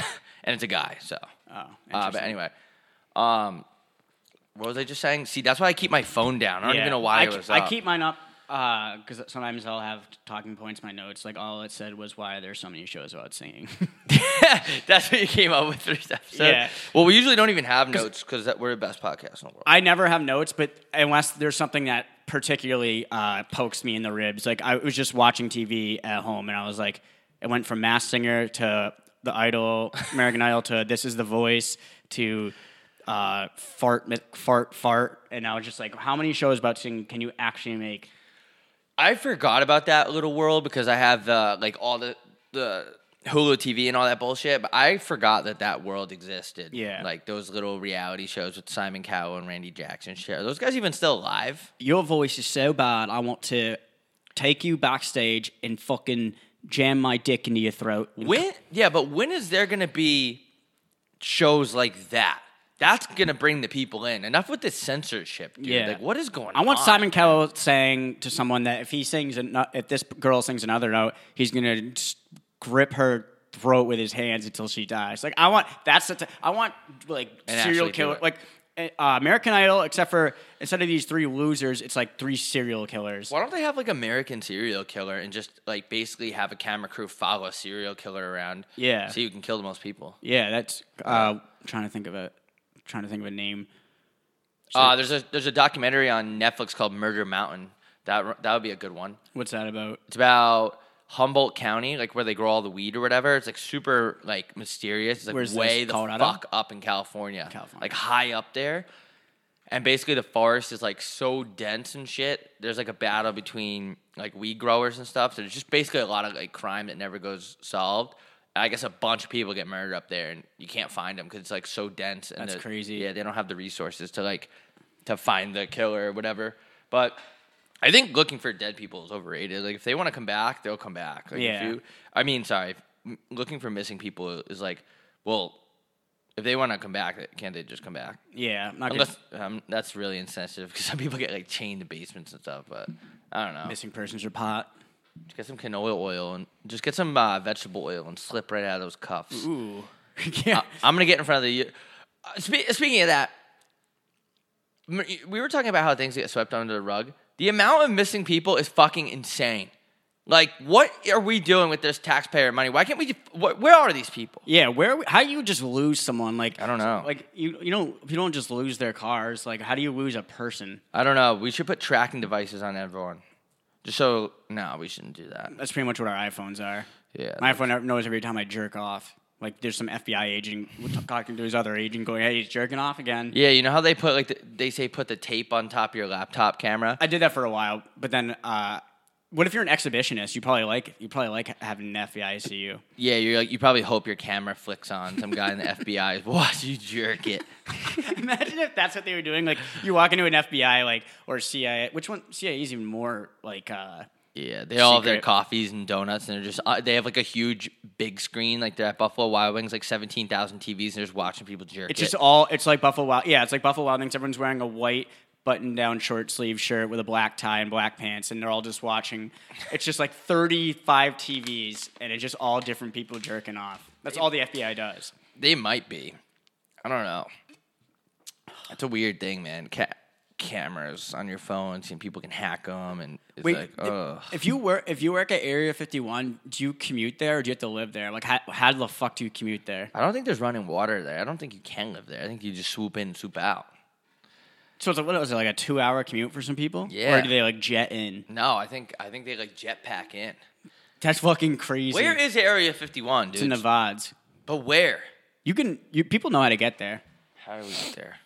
A: and it's a guy. So, uh, but
B: interesting.
A: anyway, um, what was I just saying? See, that's why I keep my phone down. I don't
B: Yeah.
A: even know why
B: I,
A: it
B: ke-
A: was.
B: I
A: up.
B: keep mine up because sometimes I'll have talking points. in My notes, like all it said was why there's so many shows about singing.
A: that's what you came up with for this episode.
B: Yeah.
A: Well, we usually don't even have notes because we're the best podcast in the world.
B: I never have notes, but unless there's something that particularly uh, pokes me in the ribs, like I was just watching TV at home, and I was like, it went from Mass Singer to The Idol, American Idol to This Is the Voice to uh, fart, mi- fart, fart, and I was just like, how many shows about singing can you actually make?
A: I forgot about that little world because I have the like all the the Hulu TV and all that bullshit. But I forgot that that world existed.
B: Yeah.
A: like those little reality shows with Simon Cowell and Randy Jackson. Shit, are those guys even still alive?
B: Your voice is so bad, I want to take you backstage and fucking jam my dick into your throat.
A: When? Yeah, but when is there gonna be shows like that? That's gonna bring the people in. Enough with the censorship, dude.
B: Yeah.
A: Like, what is going?
B: I
A: on?
B: want Simon Cowell saying to someone that if he sings and if this girl sings another note, he's gonna just grip her throat with his hands until she dies. Like I want that's the t- I want like
A: And actually
B: serial
A: do
B: killer
A: it.
B: like uh, American Idol, except for instead of these three losers, it's like three serial killers.
A: Why don't they have like American serial killer and just like basically have a camera crew follow a serial killer around?
B: Yeah.
A: so you can kill the most people.
B: Yeah, that's uh, trying to think of a trying to think of a name.
A: Uh, there's a there's a documentary on Netflix called Murder Mountain That that would be a good one.
B: What's that about?
A: It's about Humboldt County, like where they grow all the weed or whatever. It's like super like mysterious. It's like
B: Where's this,
A: way the
B: Colorado?
A: fuck up in California.
B: California.
A: Like high up there. And basically the forest is like so dense and shit. There's like a battle between like weed growers and stuff. So there's just basically a lot of like crime that never goes solved. And I guess a bunch of people get murdered up there and you can't find them because it's like so dense. And
B: That's
A: the-
B: crazy.
A: Yeah, they don't have the resources to like to find the killer or whatever. But I think looking for dead people is overrated. Like if they want to come back, they'll come back. Like,
B: Yeah.
A: If you, I mean, sorry. if- m- Looking for missing people is like, well, if they want to come back, can't they just come back?
B: Yeah, I'm not
A: Unless
B: gonna,
A: um, that's really insensitive because some people get like chained to basements and stuff. But I don't know.
B: missing persons are pot.
A: Just get some canola oil and just get some uh, vegetable oil and slip right out of those cuffs.
B: Ooh, yeah.
A: I'm gonna get in front of the. Uh, spe- speaking of that, m- we were talking about how things get swept under the rug. The amount of missing people is fucking insane. Like, what are we doing with this taxpayer money? Why can't we? What, where are these people?
B: Yeah, where we- how you just lose someone like
A: I don't know.
B: Like you you don't you don't just lose their cars. Like how do you lose a person?
A: I don't know. We should put tracking devices on everyone. Just so no, we shouldn't do that.
B: That's pretty much what our iPhones are.
A: Yeah,
B: my iPhone knows every time I jerk off. Like there's some FBI agent talking to his other agent, going, "Hey, he's jerking off again."
A: Yeah, you know how they put like the, they say put the tape on top of your laptop camera.
B: I did that for a while, but then uh, what if you're an exhibitionist? You probably like you probably like having an FBI see you.
A: Yeah, you're like you probably hope your camera flicks on. Some guy in the FBI is watch you jerk it.
B: Imagine if that's what they were doing. Like you walk into an FBI like or CIA. Which one? CIA is even more like. Uh,
A: Yeah, they all have their
B: Secret.
A: coffees and donuts, and they're just uh, they have like a huge big screen, like they're at Buffalo Wild Wings, like seventeen thousand TVs, and they're just watching people jerk.
B: It's
A: it.
B: just all. It's like Buffalo Wild. Yeah, it's like Buffalo Wild Wings. Everyone's wearing a white button-down short sleeve shirt with a black tie and black pants, and they're all just watching. It's just like thirty-five TVs, and it's just all different people jerking off. That's all the FBI does.
A: they might be. I don't know. That's a weird thing, man. Ca- cameras on your phones, and people can hack them, and it's
B: Wait,
A: like,
B: th-
A: ugh.
B: if you work if you work at Area Fifty-One, do you commute there or do you have to live there? Like, how, how the fuck do you commute there?
A: I don't think there's running water there. I don't think you can live there. I think you just swoop in, and swoop out.
B: So it's like, what was it like a two-hour commute for some people?
A: Yeah.
B: Or do they like jet in?
A: No, I think I think they like jetpack in.
B: That's fucking crazy.
A: Where is Area 51,
B: it's in
A: dude?
B: Nevads?
A: but where?
B: You can you people know how to get there.
A: How do we get there?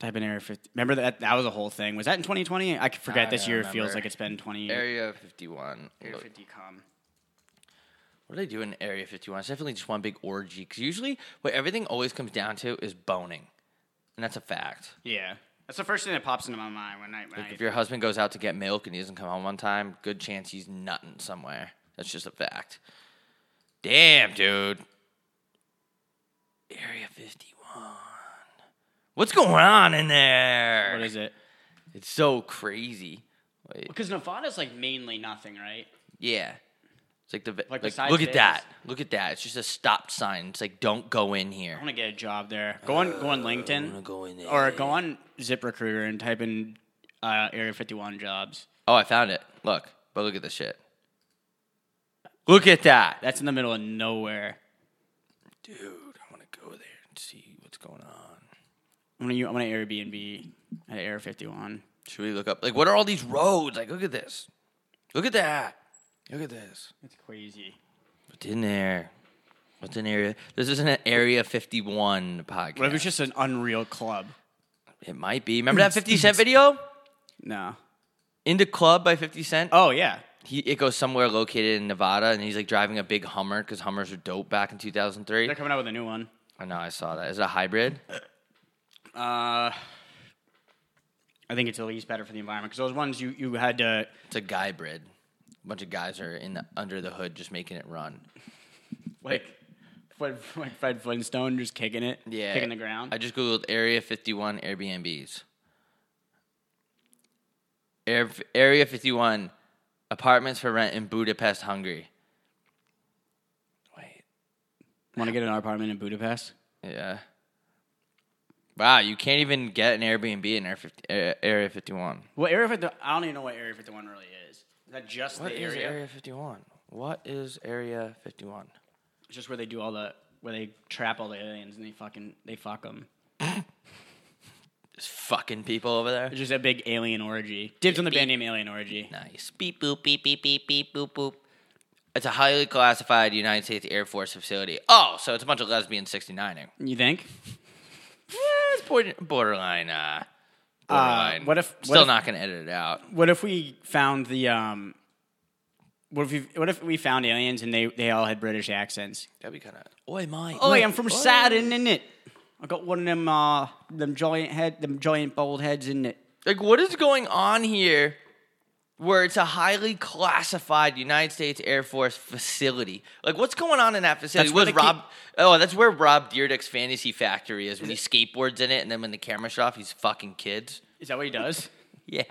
B: Type in Area 50. Remember that that was a whole thing. Was that in 2020? I could forget.
A: I
B: this
A: don't
B: year
A: remember.
B: feels like it's been 20 years.
A: Area 51. Look,
B: 50 com.
A: What do they do in Area 51? It's definitely just one big orgy. Because usually, what everything always comes down to is boning. And that's a fact.
B: Yeah. That's the first thing that pops into my mind when I when
A: If
B: I,
A: your husband goes out to get milk and he doesn't come home on time, good chance he's nutting somewhere. That's just a fact. Damn, dude. Area 51. What's going on in there?
B: what is it?
A: It's so crazy. Wait,
B: Because Nevada's like mainly nothing, right?
A: yeah. It's like the ve-
B: Like
A: like,
B: besides
A: look at
B: Vegas.
A: that. Look at that. It's just a stop sign. It's like don't go in here.
B: I want to get a job there. Go on go on
A: I'm
B: LinkedIn
A: gonna Uh, go in there.
B: or go on ZipRecruiter and type in uh, Area 51 jobs.
A: Oh, I found it. Look, but look at this shit. Look at that,
B: That's in the middle of nowhere.
A: dude. I want to go there and see what's going on.
B: I'm gonna u- I'm gonna Airbnb at Area 51.
A: Should we look up? Like, what are all these roads? Like, look at this. Look at that. Look at this.
B: That's crazy.
A: What's in there? What's in area? This isn't an Area 51 podcast.
B: What if it's just an unreal club?
A: it might be. Remember that 50 Cent video?
B: No.
A: In the Club by 50 Cent?
B: Oh yeah.
A: he it goes somewhere located in Nevada, and he's like driving a big Hummer because Hummers were dope back in 2003.
B: They're coming out with a new one.
A: I know, I saw that. Is it a hybrid?
B: Uh, I think it's at least better for the environment because those ones you, you had to.
A: It's a guy bred. A bunch of guys are in the, under the hood just making it run.
B: Like, Fred, like Fred Flintstone just kicking it,
A: Yeah,
B: kicking the ground.
A: I just googled Area 51 Airbnbs. Air, Area 51 apartments for rent in Budapest, Hungary. Wait,
B: Want to get an apartment in Budapest?
A: yeah. Wow, you can't even get an Airbnb in Air 50, Air- Area 51.
B: Well, Area 50, I don't even know what Area 51 really is. Is that just
A: What
B: the
A: is
B: area?
A: Area 51? What is Area 51?
B: It's just where they do all the where they trap all the aliens and they fucking they fuck them.
A: Just fucking people over there.
B: Just a big alien orgy. Dibs on the band name Alien Orgy.
A: Nice. Beep boop beep beep beep beep boop boop. It's a highly classified United States Air Force facility. Oh, so it's a bunch of lesbian 69ing.
B: You think?
A: Yeah, it's border- borderline. Uh, borderline.
B: what if- what
A: Still
B: if-
A: not going to edit it out.
B: What if we found the um? What if we, what if we found aliens and they, they all had British accents?
A: That'd be kind of. Oi, Mike.
B: Oh,
A: look,
B: I'm from
A: oi.
B: Saturn, isn't it? I got one of them uh them giant head them giant bald heads, isn't it?
A: Like, what is going on here where it's a highly classified United States Air Force facility? Like, what's going on in that facility?
B: That's where
A: Was
B: they keep-
A: Rob. Oh, that's where Rob Deerdick's fantasy factory is when he skateboards in it, and then when the camera shut off, he's fucking kids.
B: Is that what he does?
A: Yeah.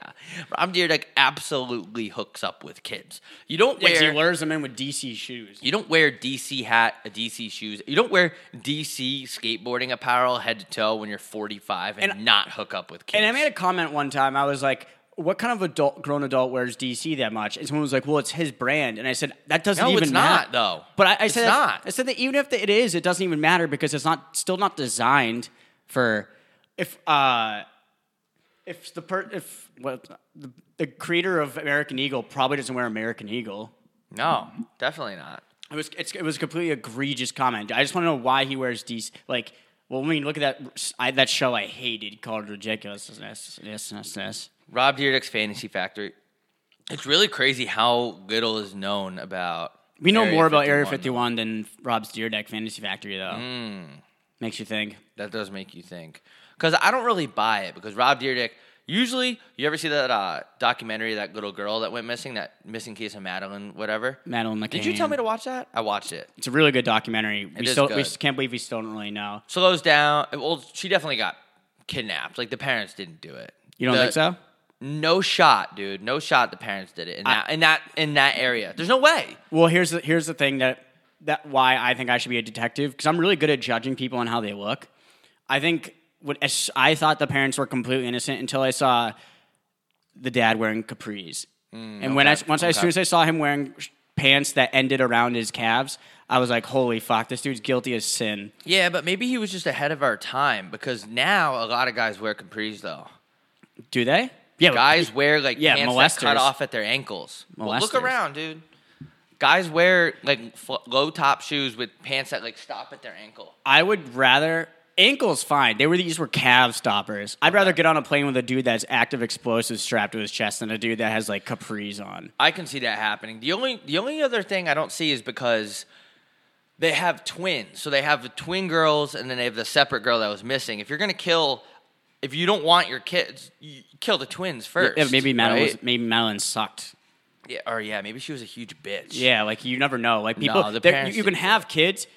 A: Rob Deerdick absolutely hooks up with kids. You don't
B: Yeah, 'cause he
A: wear.
B: lures them in with DC shoes.
A: You don't wear DC hat, a DC shoes. You don't wear DC skateboarding apparel head to toe when you're 45 and,
B: And-
A: not hook up with kids.
B: And I made a comment one time. I was like, "What kind of adult, grown adult wears DC that much?" And someone was like, "Well, it's his brand." And I said, "That doesn't
A: No,
B: even
A: it's
B: matter."
A: not, though.
B: But I, I
A: It's
B: said,
A: not.
B: I said that even if it is, it doesn't even matter because it's not still not designed for if uh if the per if what the, the creator of American Eagle probably doesn't wear American Eagle."
A: no, definitely not.
B: It was it's, it was a completely egregious comment. I just want to know why he wears these like. Well, I mean, look at that I, that show I hated called Ridiculousness. Yes, yes, yes.
A: Rob Dyrdek's Fantasy Factory. It's really crazy how little is known about.
B: We know
A: Area
B: more about Area
A: 51.
B: 51 than Rob's Deer Deck Fantasy Factory, though.
A: Hmm.
B: Makes you think.
A: That does make you think. Because I don't really buy it. Because Rob Dyrdek, usually, you ever see that uh, documentary, of that little girl that went missing, that missing case of Madeline, whatever?
B: Madeline McCann.
A: Did you tell me to watch that? I watched it.
B: It's a really good documentary. we
A: is
B: still, we
A: good.
B: just can't believe we still don't really know.
A: Slows down. Well, she definitely got kidnapped. Like the parents didn't do it.
B: You don't
A: The-
B: think so?
A: No shot, dude. No shot. The parents did it in that in that in that area. There's no way.
B: Well, here's the here's the thing that that why I think I should be a detective because I'm really good at judging people on how they look. I think what as- I thought the parents were completely innocent until I saw the dad wearing capris, and when I once I, as soon as I saw him wearing sh- pants that ended around his calves, I was like, "Holy fuck, this dude's guilty as sin."
A: Yeah, but maybe he was just ahead of our time because now a lot of guys wear capris though.
B: Do they? Yeah, but-
A: Guys wear like
B: Yeah,
A: pants that cut
B: molesters.
A: off at their ankles. Well, look
B: Molesters.
A: around, dude. Guys wear like fl- low top shoes with pants that like stop at their ankle.
B: I would rather ankles fine. They were these were calf stoppers. I'd rather get on a plane with a dude that's active explosives strapped to his chest than a dude that has like capris on.
A: I can see that happening. The only the only other thing I don't see is because they have twins. So they have the twin girls and then they have the separate girl that was missing. If you're going to kill if you don't want your kids, you kill the twins first.
B: Yeah, maybe Madeline
A: right?
B: was, maybe Madeline sucked.
A: yeah, or yeah, maybe she was a huge bitch.
B: Yeah, like you never know. Like people,
A: No, the
B: there-
A: parents
B: you, you can
A: didn't do
B: have kids.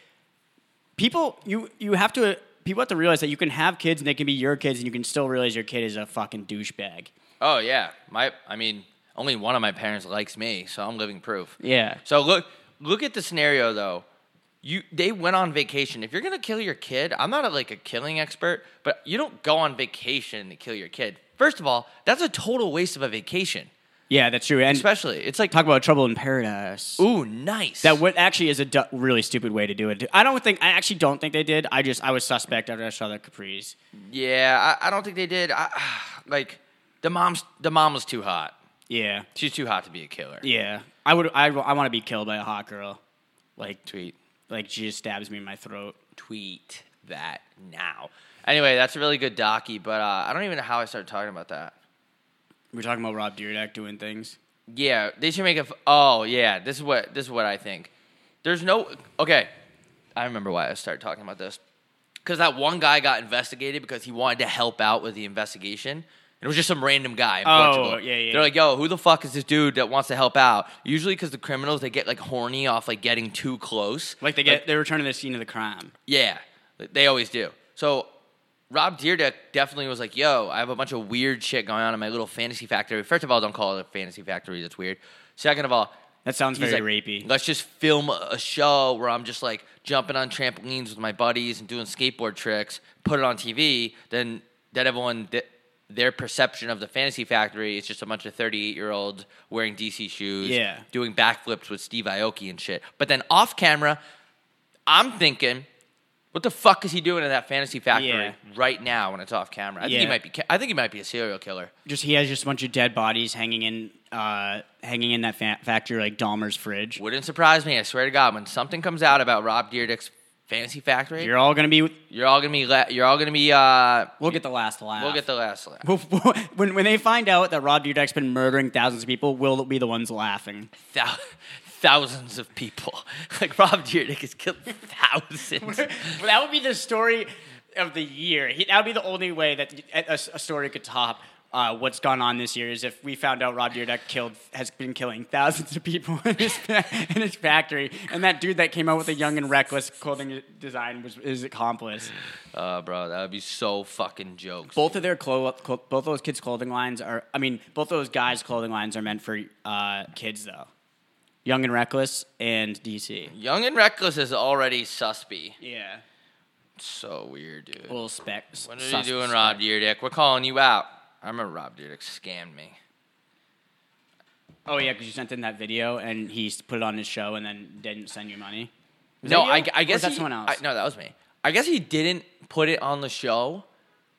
B: People, you you have to. People have to realize that you can have kids and they can be your kids, and you can still realize your kid is a fucking douchebag.
A: Oh yeah, my I mean, only one of my parents likes me, so I'm living proof.
B: Yeah.
A: So look look at the scenario though. You they went on vacation. If you're gonna kill your kid, I'm not a, like a killing expert, but you don't go on vacation to kill your kid. First of all, that's a total waste of a vacation.
B: Yeah, that's true. And
A: Especially, it's like
B: talk about trouble in paradise.
A: ooh nice.
B: That what actually is a du- really stupid way to do it. I don't think I actually don't think they did. I just I was suspect after I saw the capris.
A: yeah, I, I don't think they did. I, like the mom's the mom was too hot.
B: Yeah,
A: She's too hot to be a killer.
B: yeah. I would I, I want to be killed by a hot girl, like
A: Tweet
B: like she just stabs me in my throat.
A: tweet that now. Anyway, that's a really good docu, but uh, I don't even know how I started talking about that.
B: We're talking about Rob Dyrdek doing things.
A: Yeah, they should make a. F- oh yeah, this is what this is what I think. There's no okay. I remember why I started talking about this because that one guy got investigated because he wanted to help out with the investigation. It was just some random guy. In
B: Oh,
A: Portugal.
B: yeah, yeah,
A: They're like, "Yo, who the fuck is this dude that wants to help out?" Usually, because the criminals they get like horny off like getting too close.
B: Like they get they're returning to the scene of the crime.
A: Yeah, they always do. So Rob Deerdeck definitely was like, "Yo, I have a bunch of weird shit going on in my little fantasy factory." First of all, don't call it a fantasy factory. That's weird. Second of all,
B: That sounds
A: he's
B: very
A: like,
B: rapey.
A: Let's just film a show where I'm just like jumping on trampolines with my buddies and doing skateboard tricks. Put it on TV. Then then everyone th- their perception of the fantasy factory is just a bunch of 38 year olds wearing DC shoes,
B: Yeah.
A: doing backflips with Steve Aoki and shit. But then off camera, I'm thinking What the fuck is he doing in that fantasy factory
B: Yeah.
A: right now when it's off camera? I think he
B: Yeah.
A: might be. ca- I think he might be a serial killer.
B: Just he has just a bunch of dead bodies hanging in, uh, hanging in that fa- factory like Dahmer's fridge.
A: Wouldn't surprise me. I swear to God, when something comes out about Rob Dyrdek's fantasy factory, you're,
B: You're all gonna be.
A: all gonna be. La- you're all gonna be. Uh,
B: We'll get the last laugh.
A: we'll get the last laugh.
B: when when they find out that Rob Dyrdek's been murdering thousands of people, we'll be the ones laughing.
A: Thou- thousands of people. Like Rob Dyrdek has killed thousands.
B: Well, that would be the story of the year. He, that would be the only way that a, a story could top uh, what's gone on this year is if we found out Rob Dyrdek killed has been killing thousands of people in his, in his factory, and that dude that came out with the young and reckless clothing design was his accomplice.
A: uh, bro, that would be so fucking jokes.
B: Both of their clo- clo- both those kids' clothing lines are. I mean, both those guys' clothing lines are meant for uh, kids though. Young and reckless and DC.
A: Young and reckless is already suspy.
B: Yeah,
A: So weird, dude.
B: a little specs.
A: What are you doing, Rob Dyrdek? We're calling you out. I remember Rob Dyrdek scammed me.
B: Oh yeah, because you sent in that video and he s- put it on his show and then didn't send you money. Was
A: no,
B: that you?
A: I, I
B: Or
A: guess
B: was that
A: he-
B: someone else.
A: I, no, that was me. I guess he didn't put it on the show,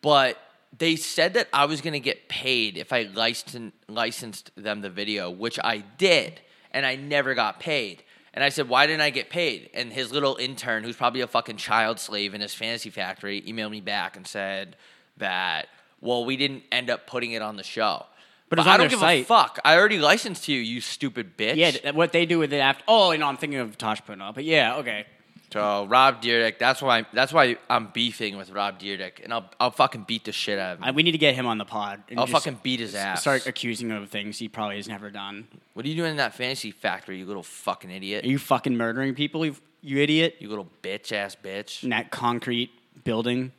A: but they said that I was gonna get paid if I licensed licensed them the video, which I did, and I never got paid. And I said, "Why didn't I get paid?" And his little intern, who's probably a fucking child slave in his fantasy factory, emailed me back and said that, "Well, we didn't end up putting it on the show."
B: But it's
A: I
B: on
A: don't
B: their
A: give a
B: site.
A: fuck. I already licensed you, you stupid bitch.
B: Yeah, th- what they do with it after? Oh, you know, I'm thinking of Tosh Purnell, but yeah, okay.
A: So uh, Rob Dyrdek, that's why that's why I'm beefing with Rob Dyrdek, and I'll I'll fucking beat the shit out of him.
B: I, Uh, we need to get him on the pod. and
A: I'll
B: just
A: fucking beat his ass.
B: Start accusing him of things he probably has never done.
A: what are you doing in that fantasy factory, you little fucking idiot?
B: Are you fucking murdering people? You, you idiot!
A: you little bitch ass bitch.
B: In that concrete building,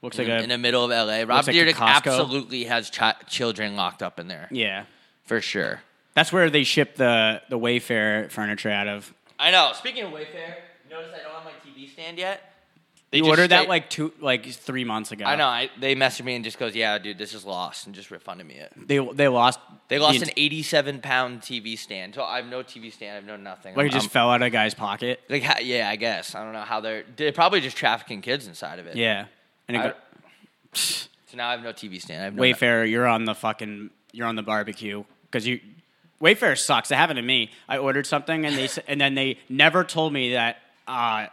B: looks like
A: in
B: a
A: the middle of LA, Rob
B: Looks like a
A: Dyrdek
B: Costco.
A: absolutely has chi- children locked up in there
B: yeah.
A: for sure.
B: That's where they ship the the Wayfair furniture out of.
A: I know. Speaking of Wayfair, notice I don't have my TV stand yet. They
B: You
A: just
B: ordered that
A: say-
B: like two like three months ago.
A: I know. I, they messaged me and just goes, "Yeah, dude, this is lost," and just refunded me it.
B: they they lost
A: They lost
B: the
A: an 87 pound TV stand. So I have no TV stand. I have no nothing.
B: Like it
A: I'm-
B: just fell out of a guy's pocket.
A: Like, ha- yeah, I guess. I don't know how they're. They're probably just trafficking kids inside of it.
B: Yeah. And it
A: I-
B: got,
A: So now I have no TV stand. I have no
B: Wayfair, you're on the fucking you're on the barbecue because you Wayfair sucks. It happened to me. I ordered something and they s- and then they never told me that uh,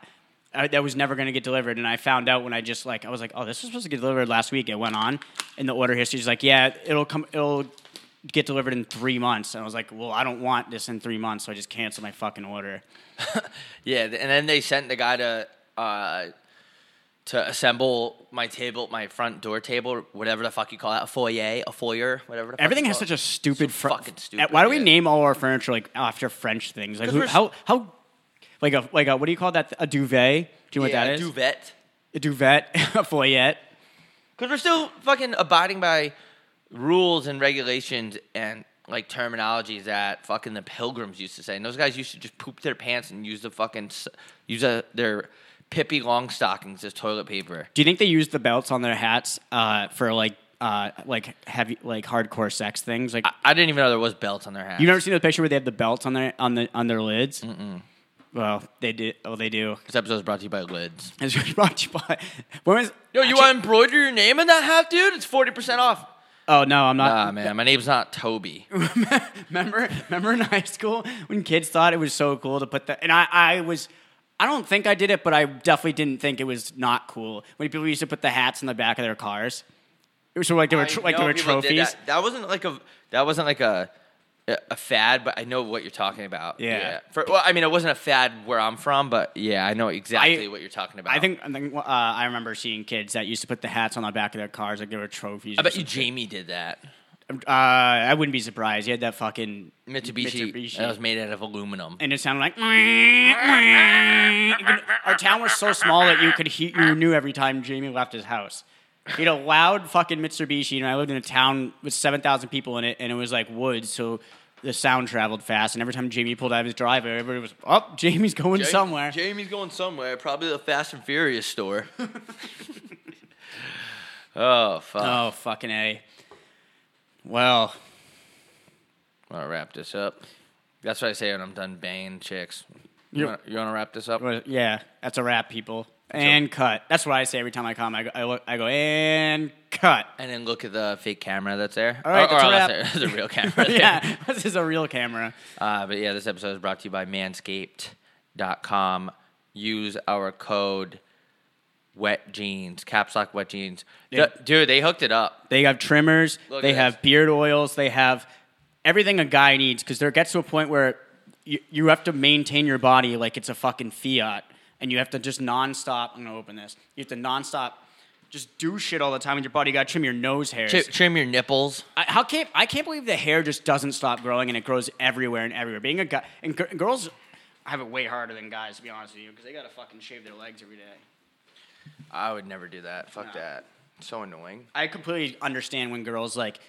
B: I, that was never going to get delivered. And I found out when I just like I was like, oh, this was supposed to get delivered last week. It went on, and the order history's like, yeah, it'll come, it'll get delivered in three months. And I was like, well, I don't want this in three months, so I just canceled my fucking order.
A: Yeah, th- and then they sent the guy to uh, to assemble my table, my front door table, whatever the fuck you call it, a foyer, a foyer, whatever. The fuck
B: Everything
A: you
B: has
A: call
B: such a stupid, fr-
A: fucking stupid,
B: Why do we
A: yeah.
B: name all our furniture like after French things? Like
A: 'Cause
B: who,
A: we're s-
B: how how like a like a what do you call that? A duvet? Do you know
A: it. yeah,
B: what that is?
A: duvet.
B: A duvet, a foyette.
A: Because we're still fucking abiding by rules and regulations and like terminologies that fucking the pilgrims used to say. And those guys used to just poop their pants and use the fucking s- use a, their pippy long stockings as toilet paper.
B: Do you think they use the belts on their hats uh, for like uh, like heavy like hardcore sex things? Like
A: I didn't even know there was belts on their hats.
B: you never seen the picture where they have the belts on their on the on their lids? Mm-mm. Well, they do. Oh, they do.
A: this episode is brought to you by Lids.
B: It's brought to you by. When was,
A: Yo, you want to embroider your name in that hat, dude? It's forty percent off.
B: Oh no, I'm not.
A: Ah, man, my name's not Toby.
B: remember remember in high school when kids thought it was so cool to put the and I, I was I don't think I did it, but I definitely didn't think it was not cool when people used to put the hats in the back of their cars. It was sort of like they were tr-
A: I
B: like they
A: know
B: were
A: people did
B: trophies.
A: That. that wasn't like a that wasn't like a a fad, but I know what you're talking about.
B: Yeah.
A: For, well, I mean, it wasn't a fad where I'm from, but yeah, I know exactly
B: I-
A: what you're talking about.
B: I think I think uh, I remember seeing kids that used to put the hats on the back of their cars like they were trophies.
A: I bet you Jamie did that.
B: Uh, I wouldn't be surprised. He had that fucking
A: Mitsubishi,
B: Mitsubishi.
A: that was made out of aluminum.
B: and it sounded like. You could- Our town was so small that you could he- you knew every time Jamie left his house. He had a loud fucking Mitsubishi, and I lived in a town with seven thousand people in it, and it was like woods, so the sound traveled fast. And every time Jamie pulled out of his driveway, everybody was, "Oh, Jamie's going somewhere."
A: Jamie's going somewhere. Probably the Fast and Furious store. oh fuck!
B: oh, fucking a. Well,
A: I'll wrap this up. That's what I say when I'm done banging chicks. You wanna- you want to wrap this up?
B: Well, yeah, that's a wrap, people. And cut. That's what I say every time I come. I go, I, look, I go and cut.
A: And then look at the fake camera that's there.
B: All right,
A: Or- or
B: that's a
A: oh,
B: wrap.
A: That's, there. That's a real camera. there.
B: yeah, this is a real camera.
A: Uh, but yeah, this episode is brought to you by manscaped.com. Use our code wet jeans, caps lock wet jeans. D-
B: Yeah.
A: Dude, they hooked it up.
B: They have trimmers.
A: Look
B: they
A: at
B: have beard oils. They have everything a guy needs because there gets to a point where you, you have to maintain your body like it's a fucking fiat, and you have to just nonstop. I'm gonna open this. You have to nonstop. Just do shit all the time with your body. You gotta trim your nose hairs.
A: Tri- trim your nipples.
B: I, how can't I can't believe the hair just doesn't stop growing and it grows everywhere and everywhere. Being a guy and gir- girls have it way harder than guys to be honest with you because they gotta fucking shave their legs every day.
A: I would never do that. Fuck
B: No.
A: that. So annoying.
B: I completely understand when girls like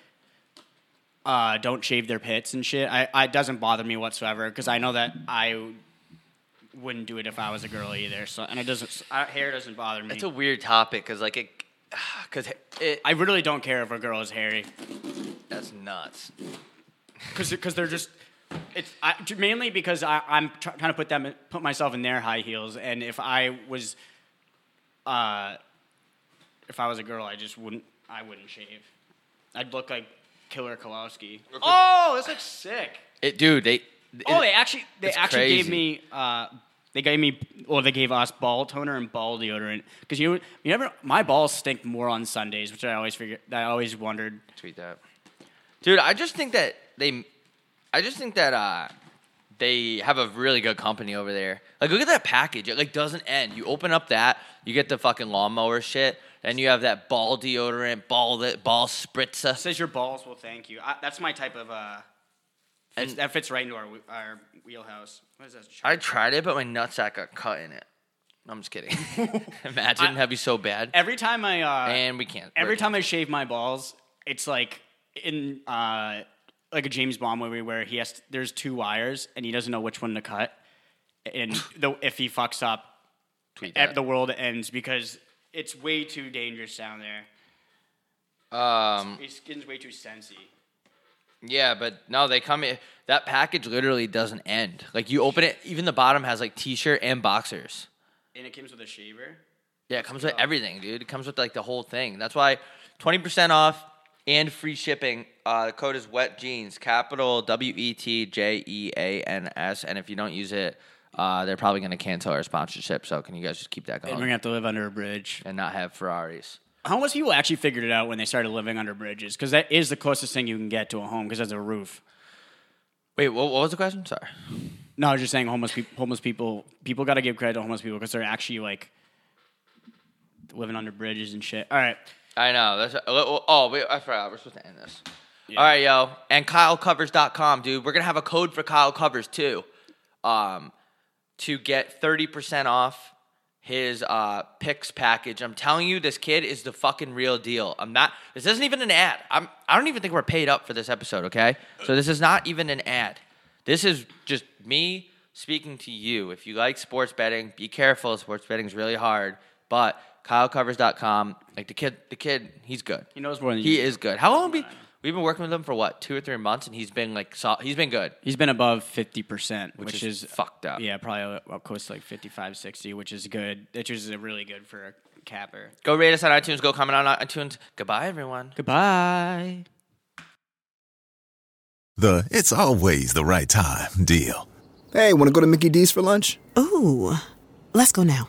B: uh, don't shave their pits and shit. I, I it doesn't bother me whatsoever because I know that I wouldn't do it if I was a girl either. So and it doesn't uh, hair doesn't bother me.
A: It's a weird topic because, like, it. Because it.
B: I really don't care if a girl is hairy
A: that's nuts.
B: because they're just it's I, mainly because I, I'm tr- trying to put them in- put myself in their high heels, and if I was, uh, if I was a girl, I just wouldn't I wouldn't shave. I'd look like Killer Kowalski. Oh, this looks sick.
A: It, dude, they.
B: Oh, they actually they
A: It's
B: actually gave
A: crazy.
B: me uh, they gave me or they gave us ball toner and ball deodorant because you you never my balls stink more on Sundays, which I always figure I always wondered.
A: tweet that. Dude, I just think that they, I just think that uh, they have a really good company over there. Like, look at that package. It like doesn't end. You open up that, you get the fucking lawnmower shit, and you have that ball deodorant, ball that ball spritzer.
B: Says your balls will thank you. I, that's my type of uh,
A: And-
B: fits- that fits right into our whe- our wheelhouse. What is that?
A: I tried it, but my nutsack got cut in it. I'm just kidding. Imagine that'd be so bad.
B: every time I uh,
A: And we can't.
B: every time I shave my balls, it's like in uh, like a James Bond movie where he has to, there's two wires and he doesn't know which one to cut, and the, if he fucks up,
A: tweet
B: ev-
A: that.
B: the world ends because it's way too dangerous down there.
A: um,
B: His skin's way too sensy.
A: Yeah, but no, they come in. That package literally doesn't end. Like you open it, even the bottom has like t-shirt and boxers.
B: And it comes with a shaver.
A: Yeah, it comes with everything, dude. It comes with like the whole thing. That's why 20% off and free shipping. Uh, the code is wet jeans, capital W E T J E A N S. And if you don't use it, uh, they're probably going to cancel our sponsorship. So can you guys just keep that
B: And
A: going and,
B: we're gonna have to live under a bridge.
A: not have Ferraris?
B: How much people actually figured it out when they started living under bridges? Because that is the closest thing you can get to a home because there's a roof.
A: Wait, what, what was the question? Sorry.
B: No, I was just saying homeless people. Homeless people. People got to give credit to homeless people because they're actually like living under bridges and shit. All right.
A: I know. That's oh, wait, I forgot. We're supposed to end this. All right, yo, and KyleCovers.com, dude. We're gonna have a code for Kyle Covers too, um, to get thirty percent off his uh picks package. I'm telling you, this kid is the fucking real deal. I'm not. This isn't even an ad. I'm. I don't even think we're paid up for this episode. Okay, so this is not even an ad. This is just me speaking to you. If you like sports betting, be careful. Sports betting's really hard, but KyleCovers.com, like the kid, the kid, he's good.
B: He knows more than
A: He
B: you.
A: is good. How long we we've been working with him for what two or three months, and he's been like so, he's been good,
B: He's been above fifty percent, which,
A: which
B: is,
A: is fucked up.
B: yeah, probably up close to like 55, 60, which is good. Which is really good for a capper.
A: Go rate us on iTunes. Go comment on iTunes. Goodbye, everyone.
B: Goodbye.
C: The it's always the right time deal.
D: Hey, want to go to Mickey D's for lunch?
E: Ooh, let's go now.